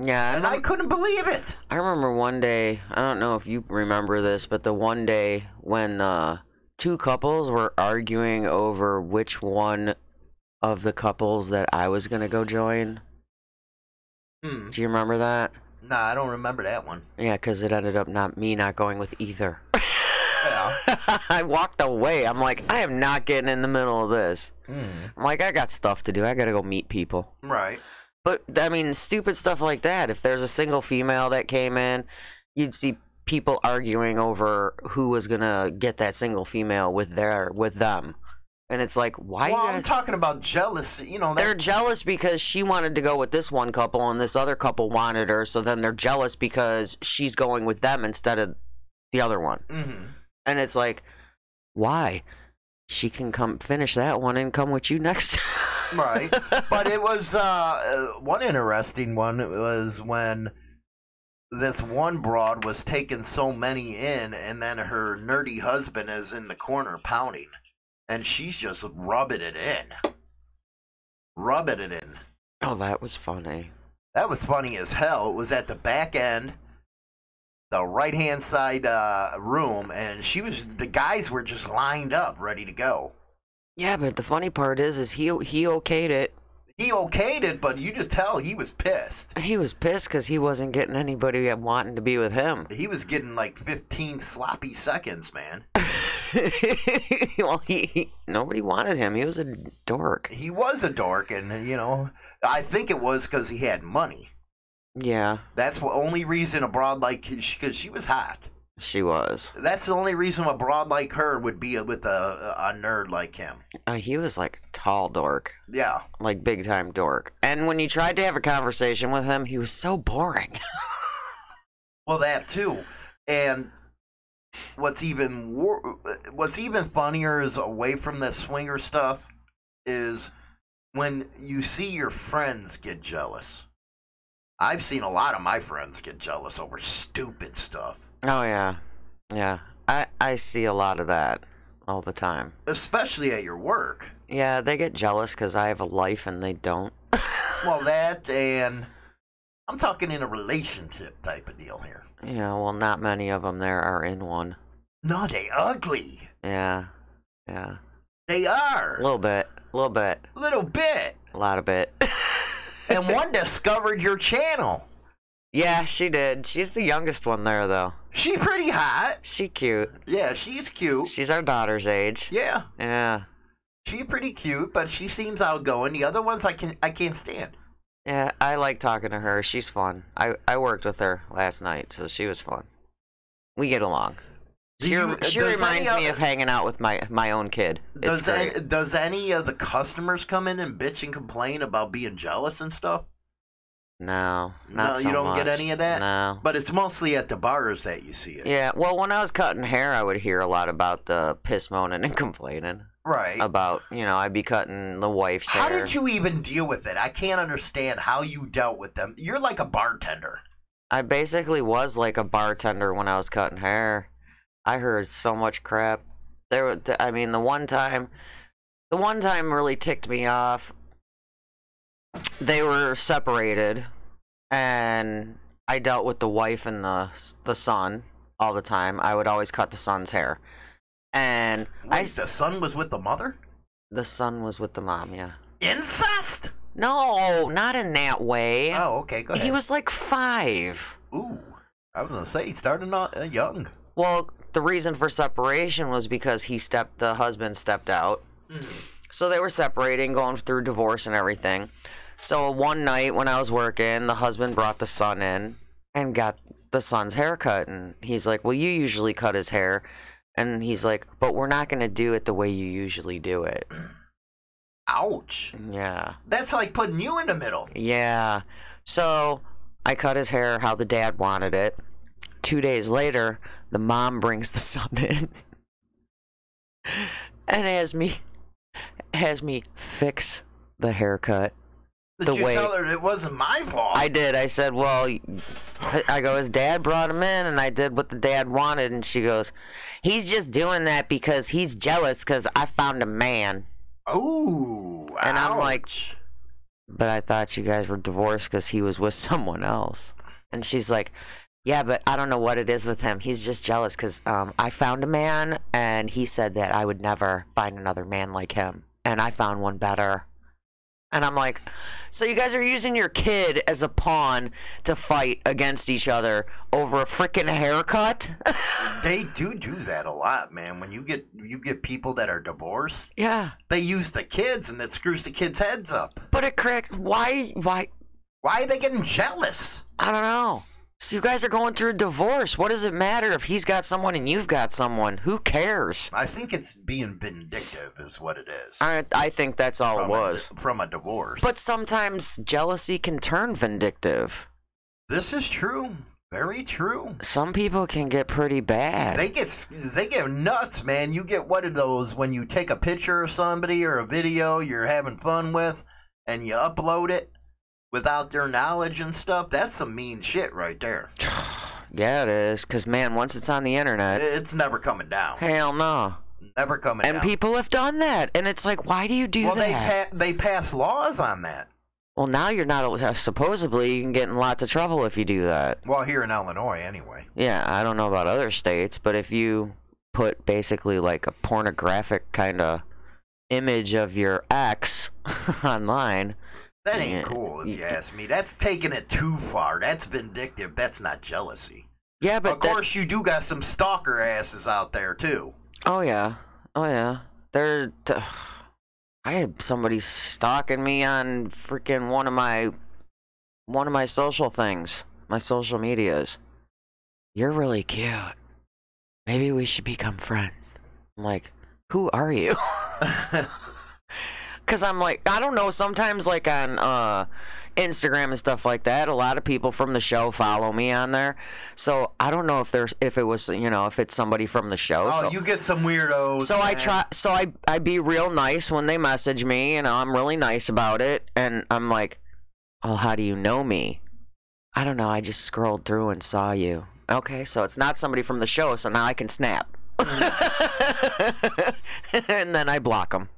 [SPEAKER 2] Yeah, I,
[SPEAKER 1] And I
[SPEAKER 2] remem-
[SPEAKER 1] couldn't believe it.
[SPEAKER 2] I remember one day. I don't know if you remember this, but the one day when uh, two couples were arguing over which one of the couples that I was gonna go join.
[SPEAKER 1] Hmm.
[SPEAKER 2] Do you remember that?
[SPEAKER 1] Nah, I don't remember that one.
[SPEAKER 2] Yeah, because it ended up not me not going with either.
[SPEAKER 1] Yeah.
[SPEAKER 2] I walked away. I'm like, I am not getting in the middle of this.
[SPEAKER 1] Hmm.
[SPEAKER 2] I'm like, I got stuff to do. I gotta go meet people.
[SPEAKER 1] Right.
[SPEAKER 2] But I mean, stupid stuff like that. If there's a single female that came in, you'd see people arguing over who was gonna get that single female with their with them, and it's like, why?
[SPEAKER 1] well,
[SPEAKER 2] you
[SPEAKER 1] I'm
[SPEAKER 2] guys-
[SPEAKER 1] talking about jealousy. You know,
[SPEAKER 2] they're
[SPEAKER 1] that,
[SPEAKER 2] jealous because she wanted to go with this one couple and this other couple wanted her, so then they're jealous because she's going with them instead of the other one.
[SPEAKER 1] Mhm.
[SPEAKER 2] And it's like, why? She can come finish that one and come with you next.
[SPEAKER 1] right. But it was uh, uh, one interesting one was when this one broad was taking so many in, and then her nerdy husband is in the corner pounding, and she's just rubbing it in, rubbing it in.
[SPEAKER 2] Oh, that was funny.
[SPEAKER 1] That was funny as hell. It was at the back end, the right hand side uh, room, and she was the guys were just lined up, ready to go.
[SPEAKER 2] Yeah, but the funny part is, is he he okayed it.
[SPEAKER 1] He okayed it, but you just tell he was pissed.
[SPEAKER 2] He was pissed because he wasn't getting anybody wanting to be with him.
[SPEAKER 1] He was getting like 15 sloppy seconds, man.
[SPEAKER 2] well, he, he nobody wanted him. He was a dork.
[SPEAKER 1] He was a dork, and you know, I think it was because he had money.
[SPEAKER 2] Yeah,
[SPEAKER 1] That's the only reason a broad like because she was hot.
[SPEAKER 2] she was.
[SPEAKER 1] That's the only reason a broad like her would be with a a nerd like him.
[SPEAKER 2] Uh, he was like a tall dork,
[SPEAKER 1] Yeah,
[SPEAKER 2] like big time dork. And when you tried to have a conversation with him, he was so boring.
[SPEAKER 1] well that too, and what's even wor- what's even funnier is away from the swinger stuff is when you see your friends get jealous. I've seen a lot of my friends get jealous over stupid stuff.
[SPEAKER 2] Oh yeah, yeah. I I see a lot of that all the time.
[SPEAKER 1] especially at your work.
[SPEAKER 2] Yeah, they get jealous because I have a life and they don't.
[SPEAKER 1] Well, that and I'm talking in a relationship type of deal here.
[SPEAKER 2] Yeah, well, not many of them there are in one.
[SPEAKER 1] No, they ugly.
[SPEAKER 2] Yeah, yeah.
[SPEAKER 1] They are
[SPEAKER 2] A little bit, a little bit,
[SPEAKER 1] little bit.
[SPEAKER 2] a lot of bit.
[SPEAKER 1] And one discovered your channel.
[SPEAKER 2] yeah, she did. She's the youngest one there, though.
[SPEAKER 1] She pretty hot.
[SPEAKER 2] She cute.
[SPEAKER 1] Yeah, she's cute.
[SPEAKER 2] She's our daughter's age.
[SPEAKER 1] Yeah,
[SPEAKER 2] Yeah,
[SPEAKER 1] she pretty cute, but she seems outgoing. The other ones I can I can't stand.
[SPEAKER 2] yeah. I like talking to her. She's fun. I I worked with her last night, so she was fun. We get along.
[SPEAKER 1] Do
[SPEAKER 2] She,
[SPEAKER 1] you-
[SPEAKER 2] rem she
[SPEAKER 1] does
[SPEAKER 2] reminds
[SPEAKER 1] any
[SPEAKER 2] me
[SPEAKER 1] of-
[SPEAKER 2] of hanging out with my my own kid. It's
[SPEAKER 1] Does
[SPEAKER 2] great.
[SPEAKER 1] any, does any of the customers come in and bitch and complain about being jealous and stuff?
[SPEAKER 2] No,
[SPEAKER 1] No,
[SPEAKER 2] not so
[SPEAKER 1] you don't get
[SPEAKER 2] much.
[SPEAKER 1] any of that?
[SPEAKER 2] No.
[SPEAKER 1] But it's mostly at the bars that you see it.
[SPEAKER 2] Yeah, well, when I was cutting hair, I would hear a lot about the piss moaning and complaining
[SPEAKER 1] Right.
[SPEAKER 2] about, you know, I'd be cutting the wife's
[SPEAKER 1] How
[SPEAKER 2] hair.
[SPEAKER 1] did you even deal with it? I can't understand how you dealt with them. You're like a bartender.
[SPEAKER 2] I basically was like a bartender when I was cutting hair. I heard so much crap. There, were- th- I mean, the one time, the one time really ticked me off. They were separated, and I dealt with the wife and the the son all the time. I would always cut the son's hair, and I
[SPEAKER 1] Wait,
[SPEAKER 2] s-
[SPEAKER 1] the son was with the mother?
[SPEAKER 2] the son was with the mom. Yeah,
[SPEAKER 1] Incest?
[SPEAKER 2] no, not in that way.
[SPEAKER 1] Oh, okay, go ahead.
[SPEAKER 2] he was like five.
[SPEAKER 1] Ooh, I was gonna say starting out uh, young.
[SPEAKER 2] Well, the reason for separation was because he stepped, the husband stepped out. So they were separating, going through divorce and everything. So one night when I was working, the husband brought the son in and got the son's haircut. And he's like, Well, you usually cut his hair. And he's like, But we're not going to do it the way you usually do it.
[SPEAKER 1] Ouch.
[SPEAKER 2] Yeah.
[SPEAKER 1] That's like putting you in the middle.
[SPEAKER 2] Yeah. So I cut his hair how the dad wanted it. Two days later, the mom brings the son in and has me has me fix the haircut.
[SPEAKER 1] Did
[SPEAKER 2] The
[SPEAKER 1] you
[SPEAKER 2] way-
[SPEAKER 1] tell her it wasn't my fault?
[SPEAKER 2] I did. I said, "Well, y- I go. His dad brought him in, and I did what the dad wanted." And she goes, "He's just doing that because he's jealous because I found a man."
[SPEAKER 1] Ooh.
[SPEAKER 2] And I'm like-
[SPEAKER 1] ouch.
[SPEAKER 2] but I thought you guys were divorced because he was with someone else. And she's like, yeah, but I don't know what it is with him. He's just jealous because um, I found a man and he said that I would never find another man like him. And I found one better. And I'm like, so you guys are using your kid as a pawn to fight against each other over a freaking haircut?
[SPEAKER 1] they do do that a lot, man. When you get you get people that are divorced,
[SPEAKER 2] yeah.
[SPEAKER 1] they use the kids, and it screws the kids' heads up.
[SPEAKER 2] But it correct. Why? Why?
[SPEAKER 1] Why are they getting jealous?
[SPEAKER 2] I don't know. So you guys are going through a divorce. What does it matter if he's got someone and you've got someone? Who cares?
[SPEAKER 1] I think it's being vindictive, is what it is.
[SPEAKER 2] I I think that's all it
[SPEAKER 1] from
[SPEAKER 2] was.
[SPEAKER 1] a, from a divorce.
[SPEAKER 2] But sometimes jealousy can turn vindictive.
[SPEAKER 1] this is true. Very true.
[SPEAKER 2] Some people can get pretty bad.
[SPEAKER 1] They get s- they get nuts, man. You get one of those when you take a picture of somebody or a video you're having fun with, and you upload it without their knowledge and stuff. That's some mean shit right there.
[SPEAKER 2] yeah, it is. Because, man, once it's on the internet,
[SPEAKER 1] It's never coming down.
[SPEAKER 2] hell no.
[SPEAKER 1] Never coming
[SPEAKER 2] And
[SPEAKER 1] down.
[SPEAKER 2] people have done that. And it's like, why do you do
[SPEAKER 1] well,
[SPEAKER 2] that?
[SPEAKER 1] they pa- they pass laws on that.
[SPEAKER 2] Well, now you're not, al- supposedly, you can get in lots of trouble if you do that.
[SPEAKER 1] Well, here in Illinois, anyway.
[SPEAKER 2] Yeah, I don't know about other states, but if you put basically like a pornographic kind of image of your ex online,
[SPEAKER 1] That ain't
[SPEAKER 2] Yeah.
[SPEAKER 1] cool, if you ask me. That's taking it too far. That's vindictive. That's not jealousy.
[SPEAKER 2] yeah, but
[SPEAKER 1] of
[SPEAKER 2] that-
[SPEAKER 1] course, you do got some stalker asses out there too.
[SPEAKER 2] Oh yeah, oh yeah. There, t- I had somebody stalking me on freaking one of my one of my social things, my social medias. You're really cute. Maybe we should become friends. I'm like, who are you? Cause I'm like, I don't know. Sometimes like on uh, Instagram and stuff like that, a lot of people from the show follow me on there. So I don't know if there's if it was you know if it's somebody from the show.
[SPEAKER 1] Oh,
[SPEAKER 2] so
[SPEAKER 1] you get some weirdos.
[SPEAKER 2] so I
[SPEAKER 1] man.
[SPEAKER 2] try. So I I be real nice when they message me, and I'm really nice about it. And I'm like, "Oh, how do you know me? I don't know. I just scrolled through and saw you. Okay, so it's not somebody from the show. So now I can snap, and then I block them.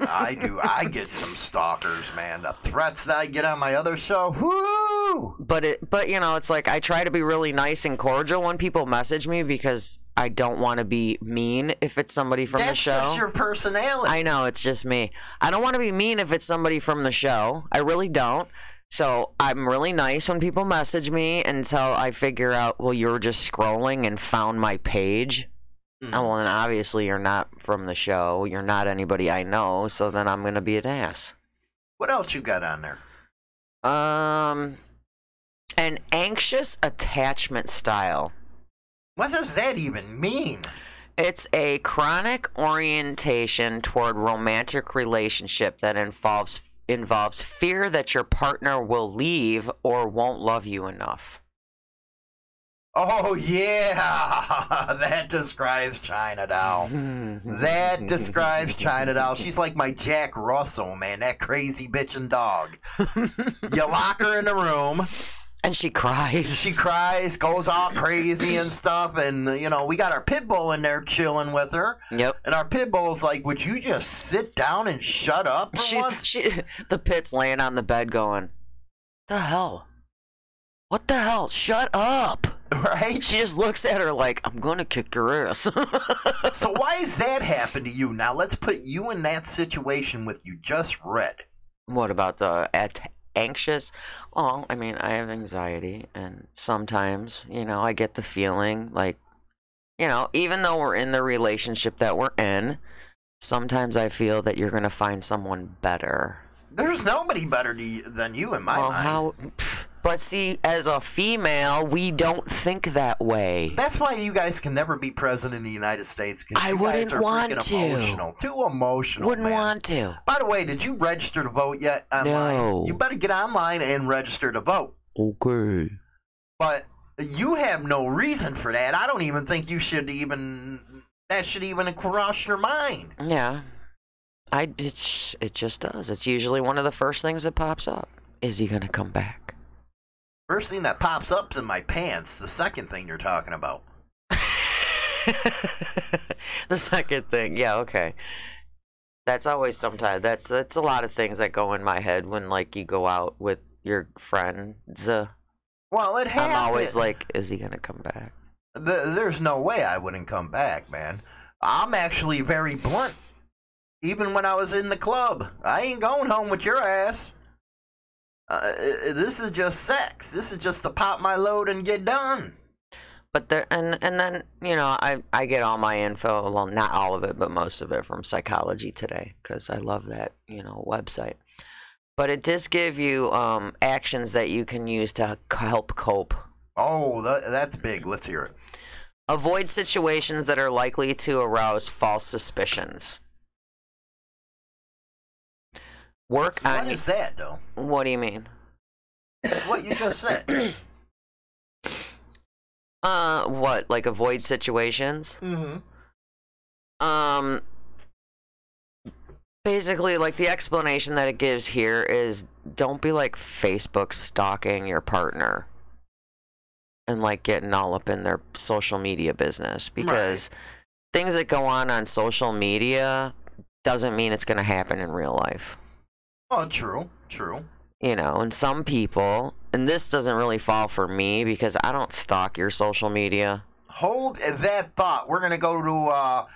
[SPEAKER 1] I do. I get some stalkers, man. The threats that I get on my other show. Whoo!
[SPEAKER 2] But it, but you know, it's like I try to be really nice and cordial when people message me because I don't want to be mean if it's somebody from the
[SPEAKER 1] That's
[SPEAKER 2] show.
[SPEAKER 1] just your personality.
[SPEAKER 2] I know it's just me. I don't want to be mean if it's somebody from the show. I really don't. So I'm really nice when people message me until I figure out, well, you were just scrolling and found my page. Oh, well, then obviously you're not from the show. You're not anybody I know. So then I'm gonna be an ass.
[SPEAKER 1] What else you got on there?
[SPEAKER 2] Um, an anxious attachment style.
[SPEAKER 1] What does that even mean?
[SPEAKER 2] It's a chronic orientation toward romantic relationship that involves involves fear that your partner will leave or won't love you enough.
[SPEAKER 1] Oh yeah, that describes Chinatown. That describes China doll. She's like my Jack Russell, man. That crazy bitchin' dog. you lock her in the room.
[SPEAKER 2] And she cries.
[SPEAKER 1] She cries, goes all crazy and stuff. And, you know, we got our pit bull in there chilling with her.
[SPEAKER 2] Yep.
[SPEAKER 1] And our pit bull's like, would you just sit down and shut up for
[SPEAKER 2] She,
[SPEAKER 1] once?
[SPEAKER 2] she the pit's laying on the bed going, The hell? What the hell? Shut up.
[SPEAKER 1] Right?
[SPEAKER 2] She just looks at her like, I'm gonna kick your ass.
[SPEAKER 1] So why has that happened to you? Now let's put you in that situation with you just read.
[SPEAKER 2] What about the at- anxious? Well, I mean, I have anxiety, and sometimes, you know, I get the feeling like, you know, even though we're in the relationship that we're in, sometimes I feel that you're going to find someone better.
[SPEAKER 1] There's nobody better to you, than you in my
[SPEAKER 2] Well,
[SPEAKER 1] mind.
[SPEAKER 2] how? pff, But see, as a female, we don't think that way.
[SPEAKER 1] That's why you guys can never be president of the United States because
[SPEAKER 2] I
[SPEAKER 1] you
[SPEAKER 2] wouldn't
[SPEAKER 1] guys are
[SPEAKER 2] want
[SPEAKER 1] freaking
[SPEAKER 2] to.
[SPEAKER 1] emotional, too emotional.
[SPEAKER 2] Wouldn't
[SPEAKER 1] man.
[SPEAKER 2] want to.
[SPEAKER 1] By the way, did you register to vote yet online?
[SPEAKER 2] No.
[SPEAKER 1] You better get online and register to vote.
[SPEAKER 2] Okay.
[SPEAKER 1] But you have no reason for that. I don't even think you should even that should even cross your mind.
[SPEAKER 2] Yeah. I it's it just does. It's usually one of the first things that pops up. Is he gonna come back?
[SPEAKER 1] First thing that pops up's in my pants. The second thing you're talking about.
[SPEAKER 2] the second thing, yeah, okay. That's always sometimes that's that's a lot of things that go in my head when like you go out with your friends. Uh,
[SPEAKER 1] Well, it
[SPEAKER 2] I'm
[SPEAKER 1] happened.
[SPEAKER 2] always like, is he gonna come back?
[SPEAKER 1] Th- there's no way I wouldn't come back, man. I'm actually very blunt. Even when I was in the club, I ain't going home with your ass. Uh, i- i- this is just sex. This is just to pop my load and get done.
[SPEAKER 2] But there and and then you know I I get all my info, well not all of it, but most of it from Psychology Today because I love that you know website. But it does give you um, actions that you can use to c- help cope
[SPEAKER 1] Oh, tha that's big. Let's hear it.
[SPEAKER 2] Avoid situations that are likely to arouse false suspicions. Work
[SPEAKER 1] What
[SPEAKER 2] on.
[SPEAKER 1] is that, though?
[SPEAKER 2] what do you mean?
[SPEAKER 1] What you just said.
[SPEAKER 2] Uh, what? Like avoid situations?
[SPEAKER 1] Mm-hmm.
[SPEAKER 2] Um, basically, like the explanation that it gives here is don't be like Facebook stalking your partner and like getting all up in their social media business because things that go on on social media doesn't mean it's going to happen in real life
[SPEAKER 1] Oh, true, true.
[SPEAKER 2] you know, and some people, and this doesn't really fall for me because I don't stalk your social media.
[SPEAKER 1] Hold that thought. We're gonna go to uh,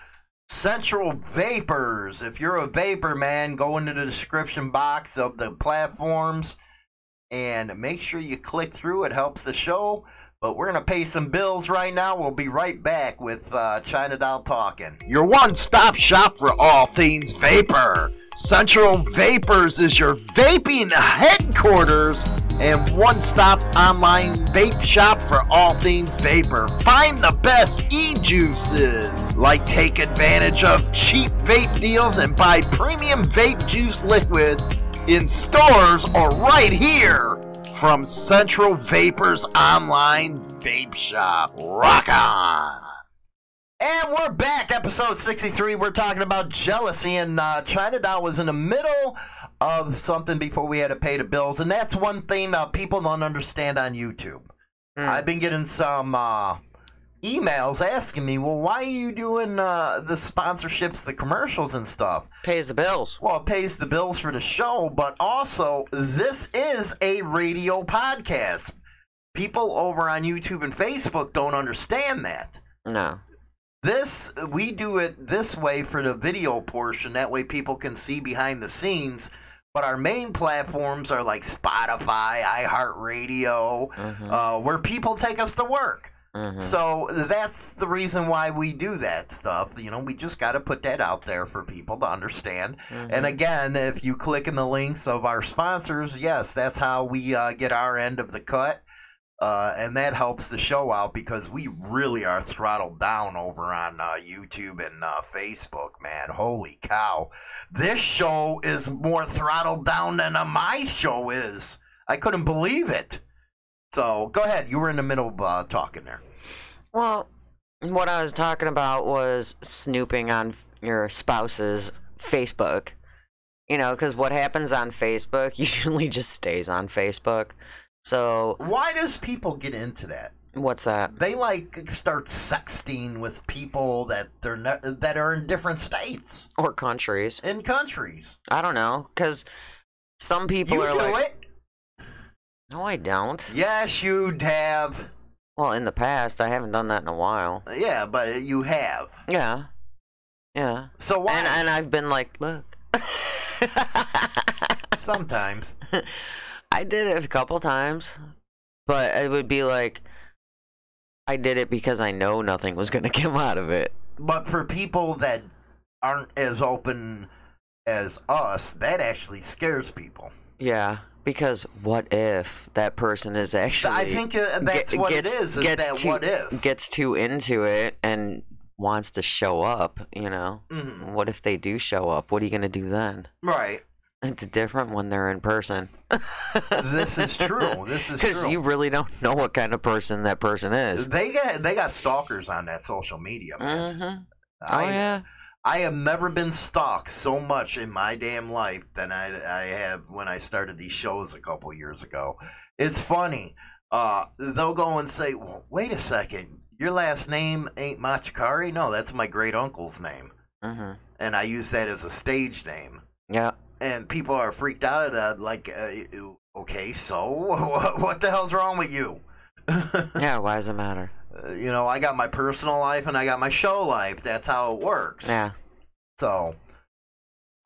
[SPEAKER 1] Central Vapors. If you're a vapor man, go into the description box of the platforms and make sure you click through. It helps the show. But we're gonna pay some bills right now. We'll be right back with uh, China Doll talking. Your one-stop shop for all things vapor. Central Vapors is your vaping headquarters and one stop online vape shop for all things vapor. Find the best e juices, like take advantage of cheap vape deals and buy premium vape juice liquids in stores or right here from Central Vapors online vape shop. Rock on! And we're back, episode 63. We're talking about jealousy, and uh, China Doll was in the middle of something before we had to pay the bills, and that's one thing uh, people don't understand on YouTube.
[SPEAKER 2] Mm.
[SPEAKER 1] I've been getting some uh, emails asking me, well, why are you doing uh, the sponsorships, the commercials, and stuff?
[SPEAKER 2] Pays the bills.
[SPEAKER 1] Well, it pays the bills for the show, but also this is a radio podcast. People over on YouTube and Facebook don't understand that
[SPEAKER 2] No.
[SPEAKER 1] this we do it this way for the video portion that way people can see behind the scenes but our main platforms are like spotify iheartradio
[SPEAKER 2] Mhm.
[SPEAKER 1] uh, where people take us to work
[SPEAKER 2] Mhm.
[SPEAKER 1] so that's the reason why we do that stuff you know we just got to put that out there for people to understand
[SPEAKER 2] mm-hmm.
[SPEAKER 1] and again if you click in the links of our sponsors yes that's how we uh, get our end of the cut uh, and that helps the show out because we really are throttled down over on uh, YouTube and uh, Facebook, man. Holy cow. This show is more throttled down than uh, my show is. I couldn't believe it. So go ahead. You were in the middle of uh, talking there.
[SPEAKER 2] Well, what I was talking about was snooping on f- your spouse's Facebook. You know, because what happens on Facebook usually just stays on Facebook. So,
[SPEAKER 1] Why does people get into that?
[SPEAKER 2] what's that?
[SPEAKER 1] They like start sexting with people that they're not, that are in different states
[SPEAKER 2] Or countries.
[SPEAKER 1] and countries.
[SPEAKER 2] I don't know. Because some people
[SPEAKER 1] You
[SPEAKER 2] are
[SPEAKER 1] do
[SPEAKER 2] like,
[SPEAKER 1] it?
[SPEAKER 2] no, I don't.
[SPEAKER 1] Yes, you have.
[SPEAKER 2] Well, in the past, I haven't done that in a while.
[SPEAKER 1] Yeah, but you have.
[SPEAKER 2] Yeah. Yeah.
[SPEAKER 1] So why?
[SPEAKER 2] And and I've been like, look.
[SPEAKER 1] sometimes.
[SPEAKER 2] I did it a couple times, but it would be like I did it because I know nothing was going to come out of it.
[SPEAKER 1] But for people that aren't as open as us, that actually scares people.
[SPEAKER 2] Yeah, because what if that person is actually
[SPEAKER 1] I think uh, that's
[SPEAKER 2] get-
[SPEAKER 1] what
[SPEAKER 2] gets-
[SPEAKER 1] it is. Is
[SPEAKER 2] gets
[SPEAKER 1] that
[SPEAKER 2] too-
[SPEAKER 1] what if?
[SPEAKER 2] gets too into it and wants to show up, you know?
[SPEAKER 1] Mhm.
[SPEAKER 2] What if they do show up? What are you going to do then?
[SPEAKER 1] Right.
[SPEAKER 2] It's different when they're in person.
[SPEAKER 1] This is true. This is
[SPEAKER 2] Because
[SPEAKER 1] true.
[SPEAKER 2] you really don't know what kind of person that person is.
[SPEAKER 1] They got they got stalkers on that social media. Man.
[SPEAKER 2] Mm-hmm. Oh
[SPEAKER 1] I,
[SPEAKER 2] yeah.
[SPEAKER 1] I have never been stalked so much in my damn life than I, I have when I started these shows a couple years ago. It's funny. Uh, they'll go and say, well, wait a second, your last name ain't Machikari? No, that's my great uncle's name.
[SPEAKER 2] Mm-hmm.
[SPEAKER 1] And I use that as a stage name.
[SPEAKER 2] Yeah.
[SPEAKER 1] And people are freaked out at that, like, uh, okay, so what the hell's wrong with you? Uh,
[SPEAKER 2] Yeah. Why does it matter?
[SPEAKER 1] you know, I got my personal life and I got my show life. That's how it works.
[SPEAKER 2] Yeah.
[SPEAKER 1] So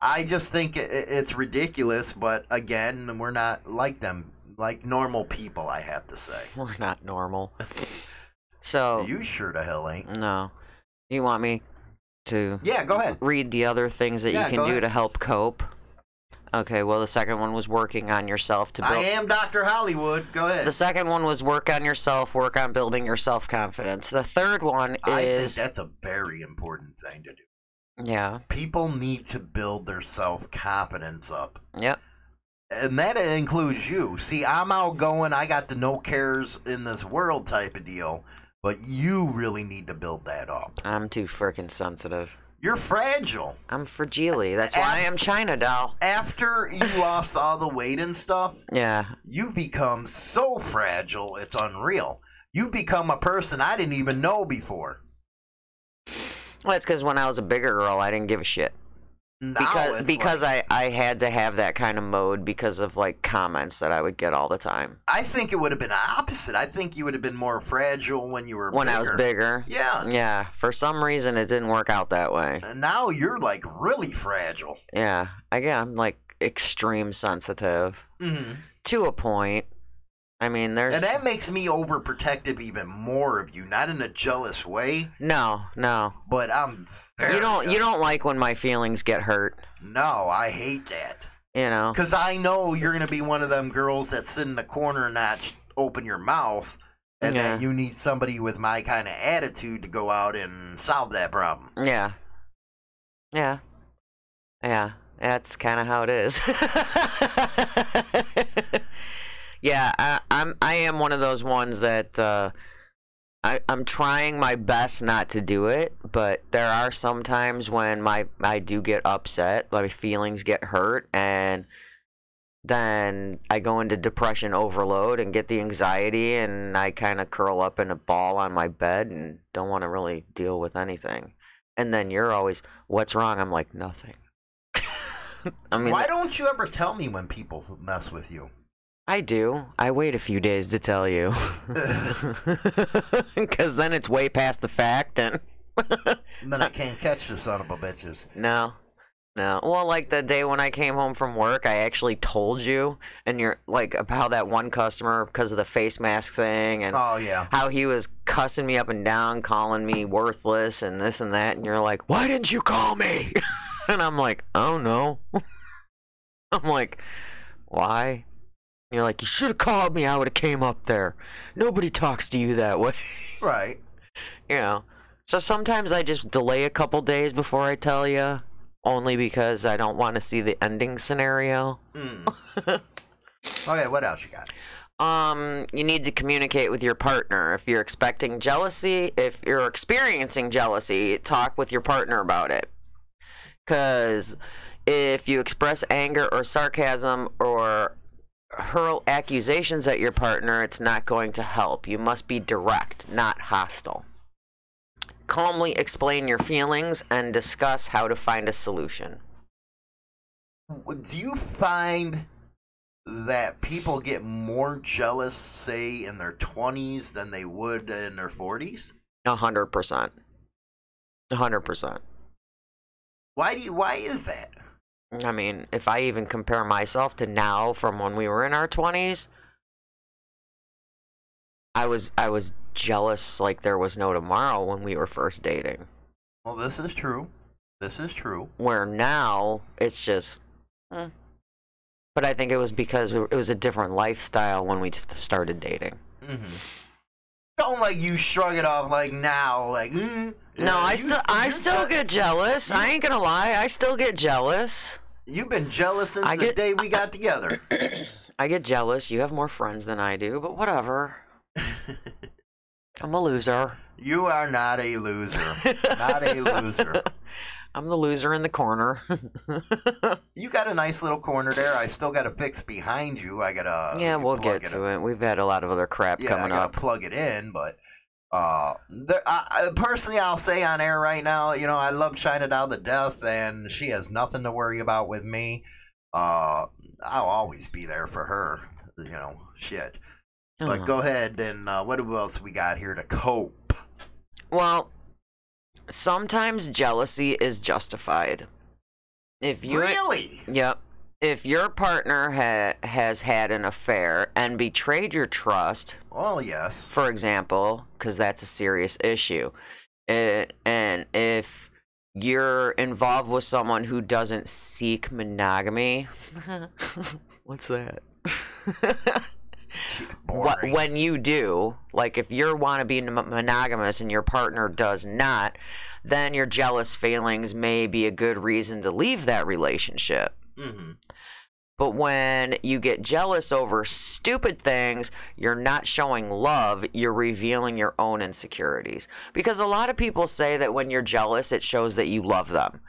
[SPEAKER 1] I just think i- i- it's ridiculous, but again, we're not like them, like normal people, I have to say.
[SPEAKER 2] We're not normal. So
[SPEAKER 1] You sure the hell ain't.
[SPEAKER 2] no. You want me to
[SPEAKER 1] Yeah, go ahead.
[SPEAKER 2] read the other things that
[SPEAKER 1] Yeah,
[SPEAKER 2] you can
[SPEAKER 1] go
[SPEAKER 2] do
[SPEAKER 1] ahead.
[SPEAKER 2] to help cope? Okay. Well, the second one was working on yourself to build.
[SPEAKER 1] I am Dr. Hollywood. Go ahead.
[SPEAKER 2] The second one was work on yourself, work on building your self confidence. The third one
[SPEAKER 1] I think
[SPEAKER 2] is
[SPEAKER 1] that's a very important thing to do.
[SPEAKER 2] yeah,
[SPEAKER 1] People need to build their self confidence up.
[SPEAKER 2] yep,
[SPEAKER 1] and that includes you. See, I'm outgoing. I got the no cares in this world type of deal, But you really need to build that up.
[SPEAKER 2] I'm too freaking sensitive.
[SPEAKER 1] You're fragile.
[SPEAKER 2] I'm fragile. That's why I am China doll.
[SPEAKER 1] After you lost all the weight and stuff,
[SPEAKER 2] Yeah.
[SPEAKER 1] you become so fragile, it's unreal. You become a person I didn't even know before.
[SPEAKER 2] Well, that's because when I was a bigger girl, I didn't give a shit.
[SPEAKER 1] Now
[SPEAKER 2] Because
[SPEAKER 1] it's
[SPEAKER 2] because I, I had to have that kind of mode because of like comments that I would get all the time
[SPEAKER 1] like- I think it would have been opposite. I think you would have been more fragile when you were
[SPEAKER 2] when I was
[SPEAKER 1] bigger.
[SPEAKER 2] bigger.
[SPEAKER 1] Yeah.
[SPEAKER 2] Yeah. For some reason, it didn't work out that way.
[SPEAKER 1] And now you're like really fragile.
[SPEAKER 2] Yeah. I get I'm like extreme sensitive
[SPEAKER 1] Mm-hmm.
[SPEAKER 2] to a point. I mean,
[SPEAKER 1] And
[SPEAKER 2] there's
[SPEAKER 1] that makes me overprotective even more of you. Not in a jealous way,
[SPEAKER 2] no, no.
[SPEAKER 1] but I'm very
[SPEAKER 2] You don't you don't like when my feelings get hurt.
[SPEAKER 1] No, I hate that.
[SPEAKER 2] You know.
[SPEAKER 1] Because I know you're going to be one of them girls that sit in the corner and not sh- open your mouth. And
[SPEAKER 2] Yeah.
[SPEAKER 1] that you need somebody with my kind of attitude to go out and solve that problem.
[SPEAKER 2] Yeah. Yeah. Yeah. That's kind of how it is. yeah, I, I'm. I am one of those ones that uh, I, I'm trying my best not to do it, but there are some times when my I do get upset, like my feelings get hurt, and then I go into depression overload and get the anxiety, and I kind of curl up in a ball on my bed and don't want to really deal with anything. And then you're always, "What's wrong?" I'm like, "Nothing." I mean,
[SPEAKER 1] Why don't you ever tell me when people mess with you?
[SPEAKER 2] I do. I wait a few days to tell you. Because then it's way past the fact, and
[SPEAKER 1] And then I can't catch the son of a bitches.
[SPEAKER 2] no. No. Well, like the day when I came home from work, I actually told you, and you're like, about that one customer because of the face mask thing, and
[SPEAKER 1] Oh, yeah.
[SPEAKER 2] how he was cussing me up and down, calling me worthless, and this and that, and you're like, why didn't you call me? and I'm like, oh no. I'm like, why? And you're like, you should have called me. I would have came up there. Nobody talks to you that way,
[SPEAKER 1] Right.
[SPEAKER 2] you know. So sometimes I just delay a couple days before I tell you, only because I don't want to see the ending scenario.
[SPEAKER 1] Mm. okay, what else you got?
[SPEAKER 2] um you need to communicate with your partner if you're expecting jealousy if you're experiencing jealousy talk with your partner about it because if you express anger or sarcasm or hurl accusations at your partner it's not going to help you must be direct not hostile calmly explain your feelings and discuss how to find a solution
[SPEAKER 1] W- Do you find that people get more jealous, say, in their 20s than they would in their 40s?
[SPEAKER 2] A 100% A 100%
[SPEAKER 1] Why do you, why is that?
[SPEAKER 2] I mean, if I even compare myself to now from when we were in our 20s, I was I was jealous like there was no tomorrow when we were first dating.
[SPEAKER 1] Well, this is true. This is true.
[SPEAKER 2] Where now it's just eh. But I think it was because it was a different lifestyle when we t- started dating.
[SPEAKER 1] Mm-hmm. Don't like you shrug it off like now, like mm,
[SPEAKER 2] No, I
[SPEAKER 1] you-
[SPEAKER 2] still I
[SPEAKER 1] you're
[SPEAKER 2] still
[SPEAKER 1] je-
[SPEAKER 2] get jealous. I ain't gonna lie, I still get jealous.
[SPEAKER 1] You've been jealous since
[SPEAKER 2] I
[SPEAKER 1] the
[SPEAKER 2] get-
[SPEAKER 1] day we got together.
[SPEAKER 2] I get jealous. You have more friends than I do, but whatever. I'm a loser.
[SPEAKER 1] You are not a loser. not a loser.
[SPEAKER 2] I'm the loser in the corner.
[SPEAKER 1] Uh, You got a nice little corner there. I still got a fix behind you. I gotta
[SPEAKER 2] yeah, we'll
[SPEAKER 1] plug
[SPEAKER 2] get to it. We've had a lot of other crap
[SPEAKER 1] Yeah, I
[SPEAKER 2] coming
[SPEAKER 1] gotta
[SPEAKER 2] up.
[SPEAKER 1] plug it in, but uh, there, I, I, personally, I'll say on air right now, you know, I love China down to death, and she has nothing to worry about with me. Uh, I'll always be there for her. You know, shit. But
[SPEAKER 2] Oh.
[SPEAKER 1] go ahead and uh, what else we got here to cope?
[SPEAKER 2] Well, sometimes jealousy is justified. If you
[SPEAKER 1] really?
[SPEAKER 2] Yep. If your partner ha- has had an affair and betrayed your trust,
[SPEAKER 1] Well, yes.
[SPEAKER 2] for example, because that's a serious issue. It, and if you're involved with someone who doesn't seek monogamy, what's that? what,
[SPEAKER 1] Boring.
[SPEAKER 2] when you do, like if you want to be n- monogamous and your partner does not, then your jealous feelings may be a good reason to leave that relationship.
[SPEAKER 1] hmm
[SPEAKER 2] But when you get jealous over stupid things, you're not showing love, you're revealing your own insecurities. Because a lot of people say that when you're jealous, it shows that you love them.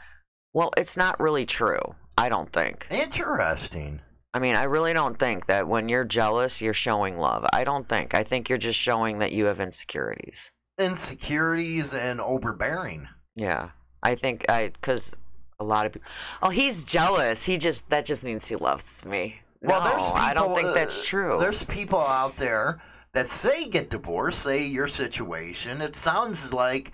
[SPEAKER 2] Well, it's not really true, I don't think.
[SPEAKER 1] Interesting.
[SPEAKER 2] I mean, I really don't think that when you're jealous, you're showing love. I don't think. I think you're just showing that you have insecurities.
[SPEAKER 1] Insecurities and overbearing.
[SPEAKER 2] Yeah. I think I, because a lot of people, oh, he's jealous. He just, that just means he loves me. No, I don't think
[SPEAKER 1] uh,
[SPEAKER 2] that's true.
[SPEAKER 1] There's people out there that say get divorced, say your situation. It sounds like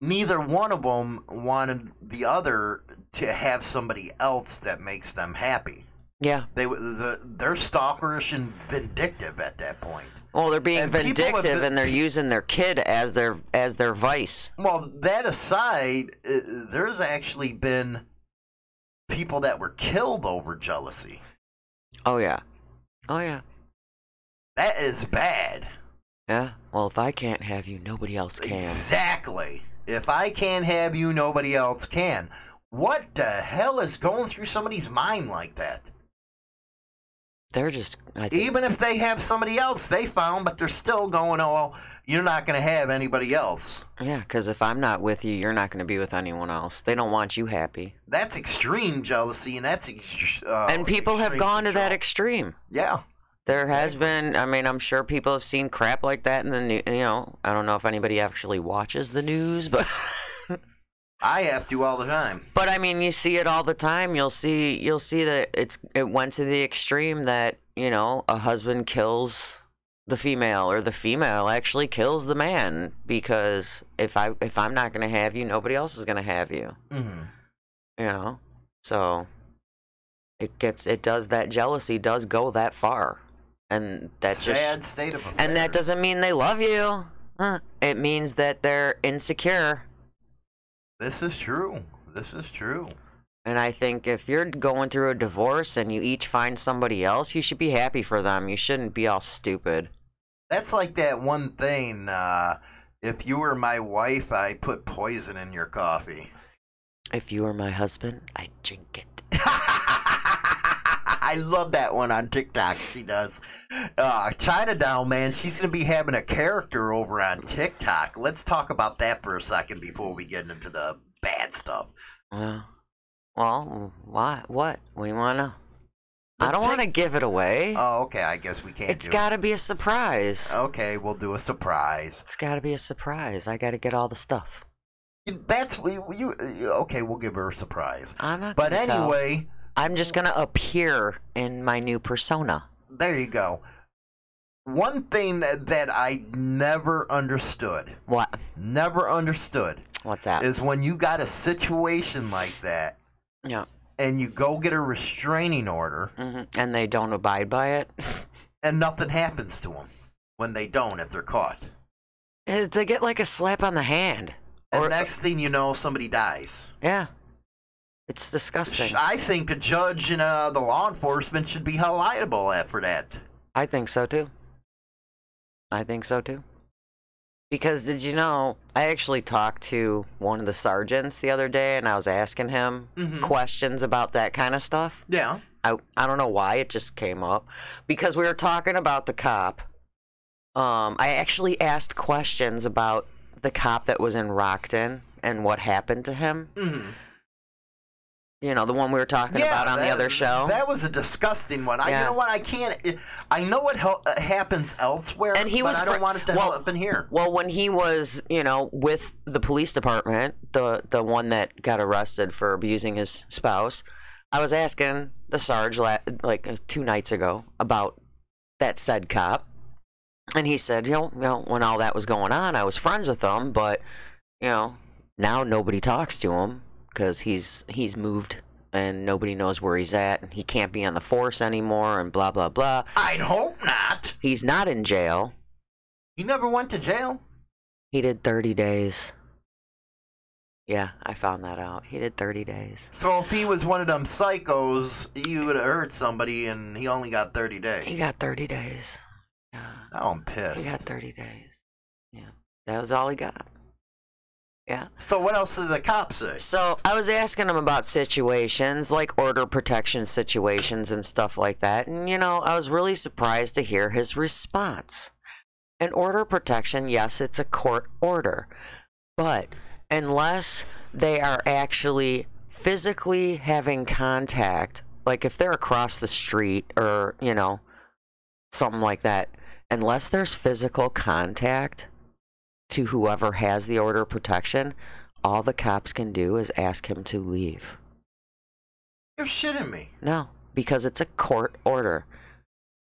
[SPEAKER 1] neither one of them wanted the other to have somebody else that makes them happy.
[SPEAKER 2] yeah.
[SPEAKER 1] They w- the, they're stalkerish and vindictive at that point.
[SPEAKER 2] Well, they're being
[SPEAKER 1] And people have
[SPEAKER 2] vindictive
[SPEAKER 1] been-
[SPEAKER 2] and they're using their kid as their as their vice.
[SPEAKER 1] Well, that aside, uh, there's actually been people that were killed over jealousy.
[SPEAKER 2] Oh yeah. Oh yeah.
[SPEAKER 1] That is bad.
[SPEAKER 2] Yeah. Well, if I can't have you, nobody else can.
[SPEAKER 1] Exactly. If I can't have you, nobody else can. What the hell is going through somebody's mind like that?
[SPEAKER 2] They're just I think,
[SPEAKER 1] Even if they have somebody else they found, but they're still going, oh, well, you're not going to have anybody else.
[SPEAKER 2] yeah, cuz if I'm not with you, you're not going to be with anyone else. They don't want you happy.
[SPEAKER 1] That's extreme jealousy, and that's. ex- Uh,
[SPEAKER 2] and people have
[SPEAKER 1] extreme
[SPEAKER 2] gone to that
[SPEAKER 1] control.
[SPEAKER 2] extreme.
[SPEAKER 1] yeah.
[SPEAKER 2] There has been, I mean, I'm sure people have seen crap like that in the new, you know, I don't know if anybody actually watches the news, but
[SPEAKER 1] I have to all the time.
[SPEAKER 2] But I mean, you see it all the time. You'll see you'll see that it's it went to the extreme that, you know, a husband kills the female or the female actually kills the man because if I if I'm not going to have you, nobody else is going to have you,
[SPEAKER 1] Mm-hmm.
[SPEAKER 2] you know? So it gets it does that jealousy does go that far. And that just
[SPEAKER 1] Sad state of affairs.
[SPEAKER 2] and that doesn't mean they love you. Huh. It means that they're insecure.
[SPEAKER 1] This is true. This is true.
[SPEAKER 2] And I think if you're going through a divorce and you each find somebody else, you should be happy for them. You shouldn't be all stupid.
[SPEAKER 1] That's like that one thing. Uh, if you were my wife, I put poison in your coffee.
[SPEAKER 2] If you were my husband, I'd drink it.
[SPEAKER 1] I love that one on TikTok. She does. Uh, China Doll, man, she's going to be having a character over on TikTok. Let's talk about that for a second before we get into the bad stuff.
[SPEAKER 2] Well, well, why? What? We want to. I
[SPEAKER 1] The
[SPEAKER 2] don't
[SPEAKER 1] tic-
[SPEAKER 2] want to give it away.
[SPEAKER 1] Oh, okay. I guess we can't.
[SPEAKER 2] it's
[SPEAKER 1] do
[SPEAKER 2] got to be a surprise.
[SPEAKER 1] It. Okay, we'll do a surprise.
[SPEAKER 2] It's got to be a surprise. I got to get all the stuff.
[SPEAKER 1] That's we you. Okay, we'll give her a surprise.
[SPEAKER 2] I'm not.
[SPEAKER 1] But
[SPEAKER 2] gonna tell.
[SPEAKER 1] anyway.
[SPEAKER 2] I'm just gonna appear in my new persona.
[SPEAKER 1] there you go. One thing that, that I never understood,
[SPEAKER 2] What?
[SPEAKER 1] never understood,
[SPEAKER 2] What's that?
[SPEAKER 1] is when you got a situation like that
[SPEAKER 2] yeah.
[SPEAKER 1] and you go get a restraining order
[SPEAKER 2] hmm And they don't abide by it.
[SPEAKER 1] and nothing happens to them when they don't if they're caught.
[SPEAKER 2] Eh, They get like a slap on the hand.
[SPEAKER 1] And
[SPEAKER 2] Or- uh,
[SPEAKER 1] next thing you know, somebody dies.
[SPEAKER 2] Yeah. It's disgusting.
[SPEAKER 1] Sh- I think the judge and uh, the law enforcement should be held liable at- for that.
[SPEAKER 2] I think so too. I think so too. Because did you know, I actually talked to one of the sergeants the other day and I was asking him
[SPEAKER 1] Mhm.
[SPEAKER 2] questions about that kind of stuff.
[SPEAKER 1] Yeah.
[SPEAKER 2] I I don't know why it just came up because we were talking about the cop. Um, I actually asked questions about the cop that was in Rockton and what happened to him.
[SPEAKER 1] Mhm.
[SPEAKER 2] You know, the one we were talking about on the
[SPEAKER 1] that-
[SPEAKER 2] other show.
[SPEAKER 1] That was a disgusting one. I, you
[SPEAKER 2] Yeah.
[SPEAKER 1] know what? I can't. I know what hel- uh, happens elsewhere,
[SPEAKER 2] And he
[SPEAKER 1] but
[SPEAKER 2] was
[SPEAKER 1] I don't
[SPEAKER 2] fr-
[SPEAKER 1] want it to
[SPEAKER 2] well-
[SPEAKER 1] happen here.
[SPEAKER 2] Well, when he was, you know, with the police department, the the one that got arrested for abusing his spouse, I was asking the sarge la- like uh, two nights ago about that said cop, and he said, you know, you know, when all that was going on, I was friends with him, but you know, now nobody talks to him because he's he's moved and nobody knows where he's at, and he can't be on the force anymore, and blah blah blah.
[SPEAKER 1] I'd hope not.
[SPEAKER 2] He's not in jail.
[SPEAKER 1] He never went to jail.
[SPEAKER 2] He did 30 days. Yeah, I found that out. He did 30 days.
[SPEAKER 1] So if he was one of them psychos, you would have hurt somebody, and he only got thirty
[SPEAKER 2] He
[SPEAKER 1] days.
[SPEAKER 2] got 30 days. Yeah.
[SPEAKER 1] Now I'm
[SPEAKER 2] He got
[SPEAKER 1] pissed.
[SPEAKER 2] 30 days. Yeah. That was all he got. Yeah.
[SPEAKER 1] So what else did the cops say?
[SPEAKER 2] So I was asking him about situations like order protection situations and stuff like that. And, you know, I was really surprised to hear his response. An order protection, yes, it's a court order. But unless they are actually physically having contact, like if they're across the street or, you know, something like that, unless there's physical contact to whoever has the order of protection, all the cops can do is ask him to leave.
[SPEAKER 1] You're shitting me.
[SPEAKER 2] No, because it's a court order.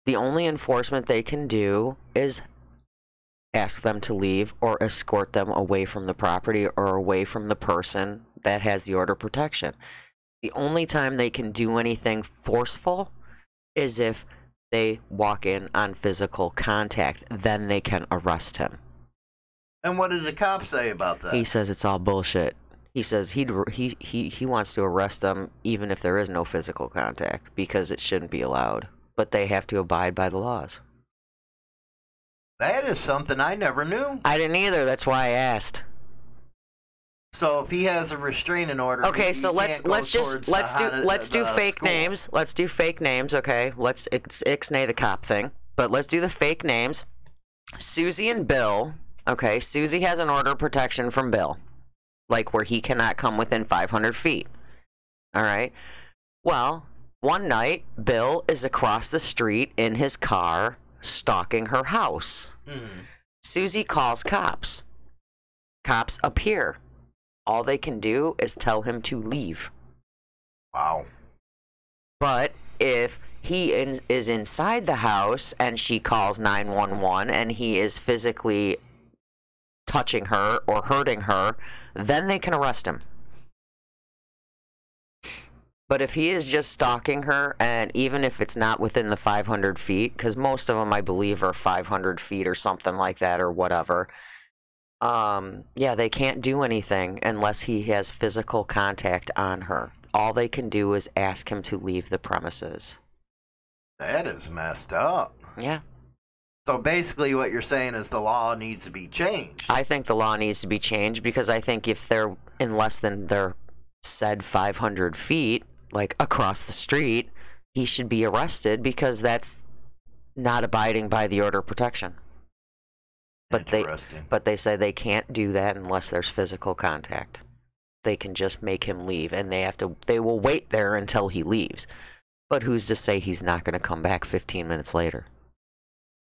[SPEAKER 2] The only enforcement they can do is ask them to leave or escort them away from the property or away from the person that has the order of protection. The only time they can do anything forceful is if they walk in on physical contact, then they can arrest him.
[SPEAKER 1] And what did the cops say about that?
[SPEAKER 2] He says it's all bullshit. He says he'd, he he he wants to arrest them even if there is no physical contact because it shouldn't be allowed. But they have to abide by the laws.
[SPEAKER 1] that is something I never knew.
[SPEAKER 2] I didn't either. That's why I asked.
[SPEAKER 1] So if he has a restraining order,
[SPEAKER 2] Okay,
[SPEAKER 1] he-
[SPEAKER 2] so
[SPEAKER 1] he
[SPEAKER 2] let's
[SPEAKER 1] can't go
[SPEAKER 2] let's just
[SPEAKER 1] towards
[SPEAKER 2] let's
[SPEAKER 1] the
[SPEAKER 2] do
[SPEAKER 1] hot-
[SPEAKER 2] let's do
[SPEAKER 1] the
[SPEAKER 2] fake
[SPEAKER 1] school.
[SPEAKER 2] names. Let's do fake names. Okay, let's ix- ixnay the cop thing, but let's do the fake names. Susie and Bill. Okay, Susie has an order of protection from Bill, like where he cannot come within 500 feet. All right. Well, one night Bill is across the street in his car stalking her house.
[SPEAKER 1] Hmm.
[SPEAKER 2] Susie calls cops. Cops appear. All they can do is tell him to leave.
[SPEAKER 1] Wow.
[SPEAKER 2] But if he in, is inside the house and she calls 911 and he is physically touching her or hurting her, then they can arrest him. But if he is just stalking her, and even if it's not within the 500 feet, because most of them, I believe, are 500 feet or something like that or whatever, um, yeah, they can't do anything unless he has physical contact on her. All they can do is ask him to leave the premises.
[SPEAKER 1] That is messed up.
[SPEAKER 2] Yeah.
[SPEAKER 1] So basically, what you're saying is the law needs to be changed.
[SPEAKER 2] I think the law needs to be changed because I think if they're in less than their said 500 feet, like across the street, he should be arrested because that's not abiding by the order of protection. But they,
[SPEAKER 1] Interesting.
[SPEAKER 2] but they say they can't do that unless there's physical contact. They can just make him leave, and they have to. They will wait there until he leaves. But who's to say he's not going to come back 15 minutes later?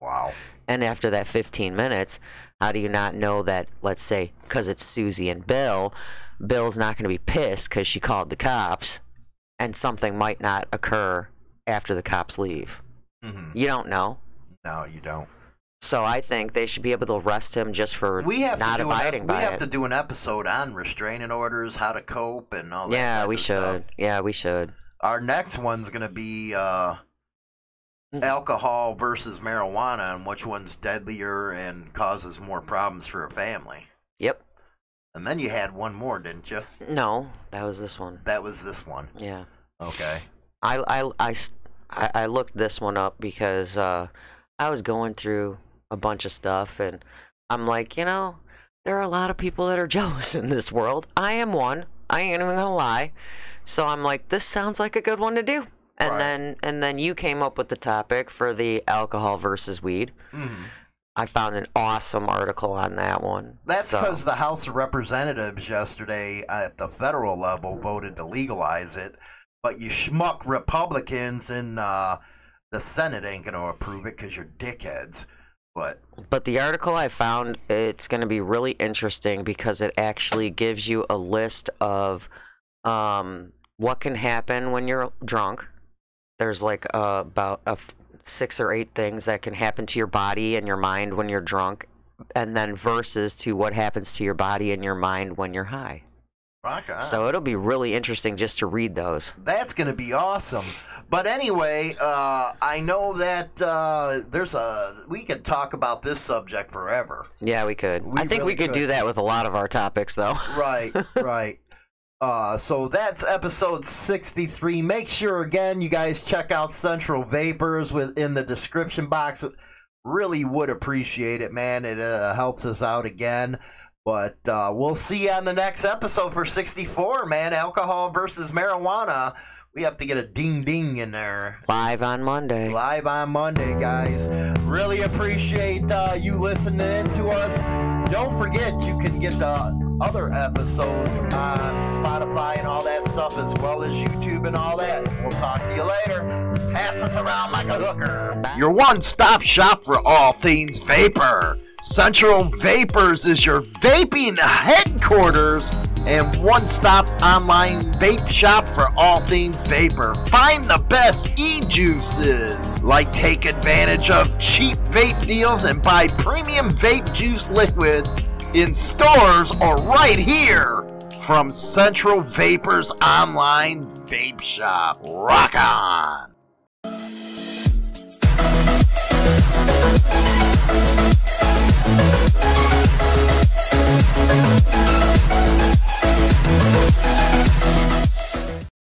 [SPEAKER 1] Wow.
[SPEAKER 2] And after that 15 minutes, how do you not know that, let's say, because it's Susie and Bill, Bill's not going to be pissed because she called the cops and something might not occur after the cops leave?
[SPEAKER 1] hmm
[SPEAKER 2] You don't know.
[SPEAKER 1] No, you don't.
[SPEAKER 2] So I think they should be able to arrest him just for
[SPEAKER 1] We have
[SPEAKER 2] not
[SPEAKER 1] to do
[SPEAKER 2] abiding
[SPEAKER 1] an,
[SPEAKER 2] by
[SPEAKER 1] We have
[SPEAKER 2] it.
[SPEAKER 1] to do an episode on restraining orders, how to cope, and all that.
[SPEAKER 2] yeah,
[SPEAKER 1] type
[SPEAKER 2] we
[SPEAKER 1] of
[SPEAKER 2] should.
[SPEAKER 1] stuff.
[SPEAKER 2] Yeah, we should.
[SPEAKER 1] Our next one's gonna be uh,
[SPEAKER 2] Mhm.
[SPEAKER 1] alcohol versus marijuana, and which one's deadlier and causes more problems for a family.
[SPEAKER 2] Yep.
[SPEAKER 1] And then you had one more, didn't you?
[SPEAKER 2] No, that was this one.
[SPEAKER 1] That was this one.
[SPEAKER 2] Yeah.
[SPEAKER 1] Okay.
[SPEAKER 2] I, I, I, s- I- I looked this one up because uh, I was going through a bunch of stuff and I'm like, you know, there are a lot of people that are jealous in this world. I am one. I ain't even gonna lie. So I'm like, this sounds like a good one to do. And
[SPEAKER 1] Right.
[SPEAKER 2] then and then you came up with the topic for the alcohol versus weed.
[SPEAKER 1] Mhm.
[SPEAKER 2] I found an awesome article on that one.
[SPEAKER 1] That's
[SPEAKER 2] So-
[SPEAKER 1] because the House of Representatives yesterday at the federal level voted to legalize it, but you schmuck Republicans in uh, the Senate ain't going to approve it because you're dickheads. But
[SPEAKER 2] But the article I found, it's going to be really interesting because it actually gives you a list of um, what can happen when you're drunk. There's like uh, about a f- six or eight things that can happen to your body and your mind when you're drunk, and then versus to what happens to your body and your mind when you're high.
[SPEAKER 1] rock on.
[SPEAKER 2] So it'll be really interesting just to read those.
[SPEAKER 1] That's going to be awesome. But anyway, uh, I know that uh, there's a we could talk about this subject forever.
[SPEAKER 2] Yeah, we could.
[SPEAKER 1] We
[SPEAKER 2] I think
[SPEAKER 1] really
[SPEAKER 2] we could, do that with a lot of our topics, though.
[SPEAKER 1] Right, right. Uh, so that's episode 63. Make sure, again, you guys check out Central Vapors within the description box. Really would appreciate it, man. It uh, helps us out again. But uh, we'll see you on the next episode for 64, man. Alcohol versus marijuana. We have to get a ding ding in there.
[SPEAKER 2] Live on Monday.
[SPEAKER 1] Live on Monday, guys. Really appreciate uh, you listening in to us. Don't forget, you can get the other episodes on Spotify and all that stuff, as well as YouTube and all that. We'll talk to you later. Pass us around like a hooker. Your one stop shop for all things vapor. Central Vapors is your vaping headquarters and one stop online vape shop for all things vapor. Find the best e juices, like take advantage of cheap vape deals and buy premium vape juice liquids in stores or right here from Central Vapors Online Vape Shop. Rock on!